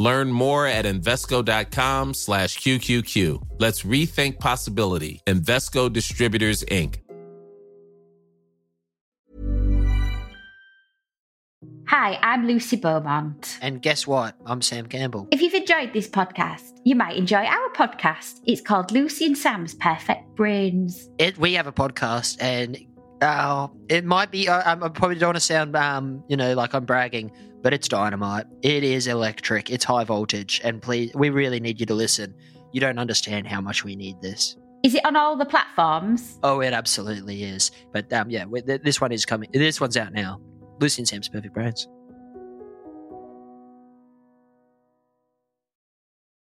E: Learn more at Invesco.com slash QQQ. Let's rethink possibility. Invesco Distributors, Inc.
F: Hi, I'm Lucy Beaumont.
G: And guess what? I'm Sam Campbell.
F: If you've enjoyed this podcast, you might enjoy our podcast. It's called Lucy and Sam's Perfect Brains.
G: It, we have a podcast, and uh, it might be. I, I'm- I probably don't want to sound, um, you know, like I'm bragging, but it's dynamite. It is electric. It's high voltage, and please, we really need you to listen. You don't understand how much we need this.
F: Is it on all the platforms?
G: Oh, it absolutely is. But um, yeah, we- th- this one is coming. This one's out now. Lucy and Sam's Perfect Brains.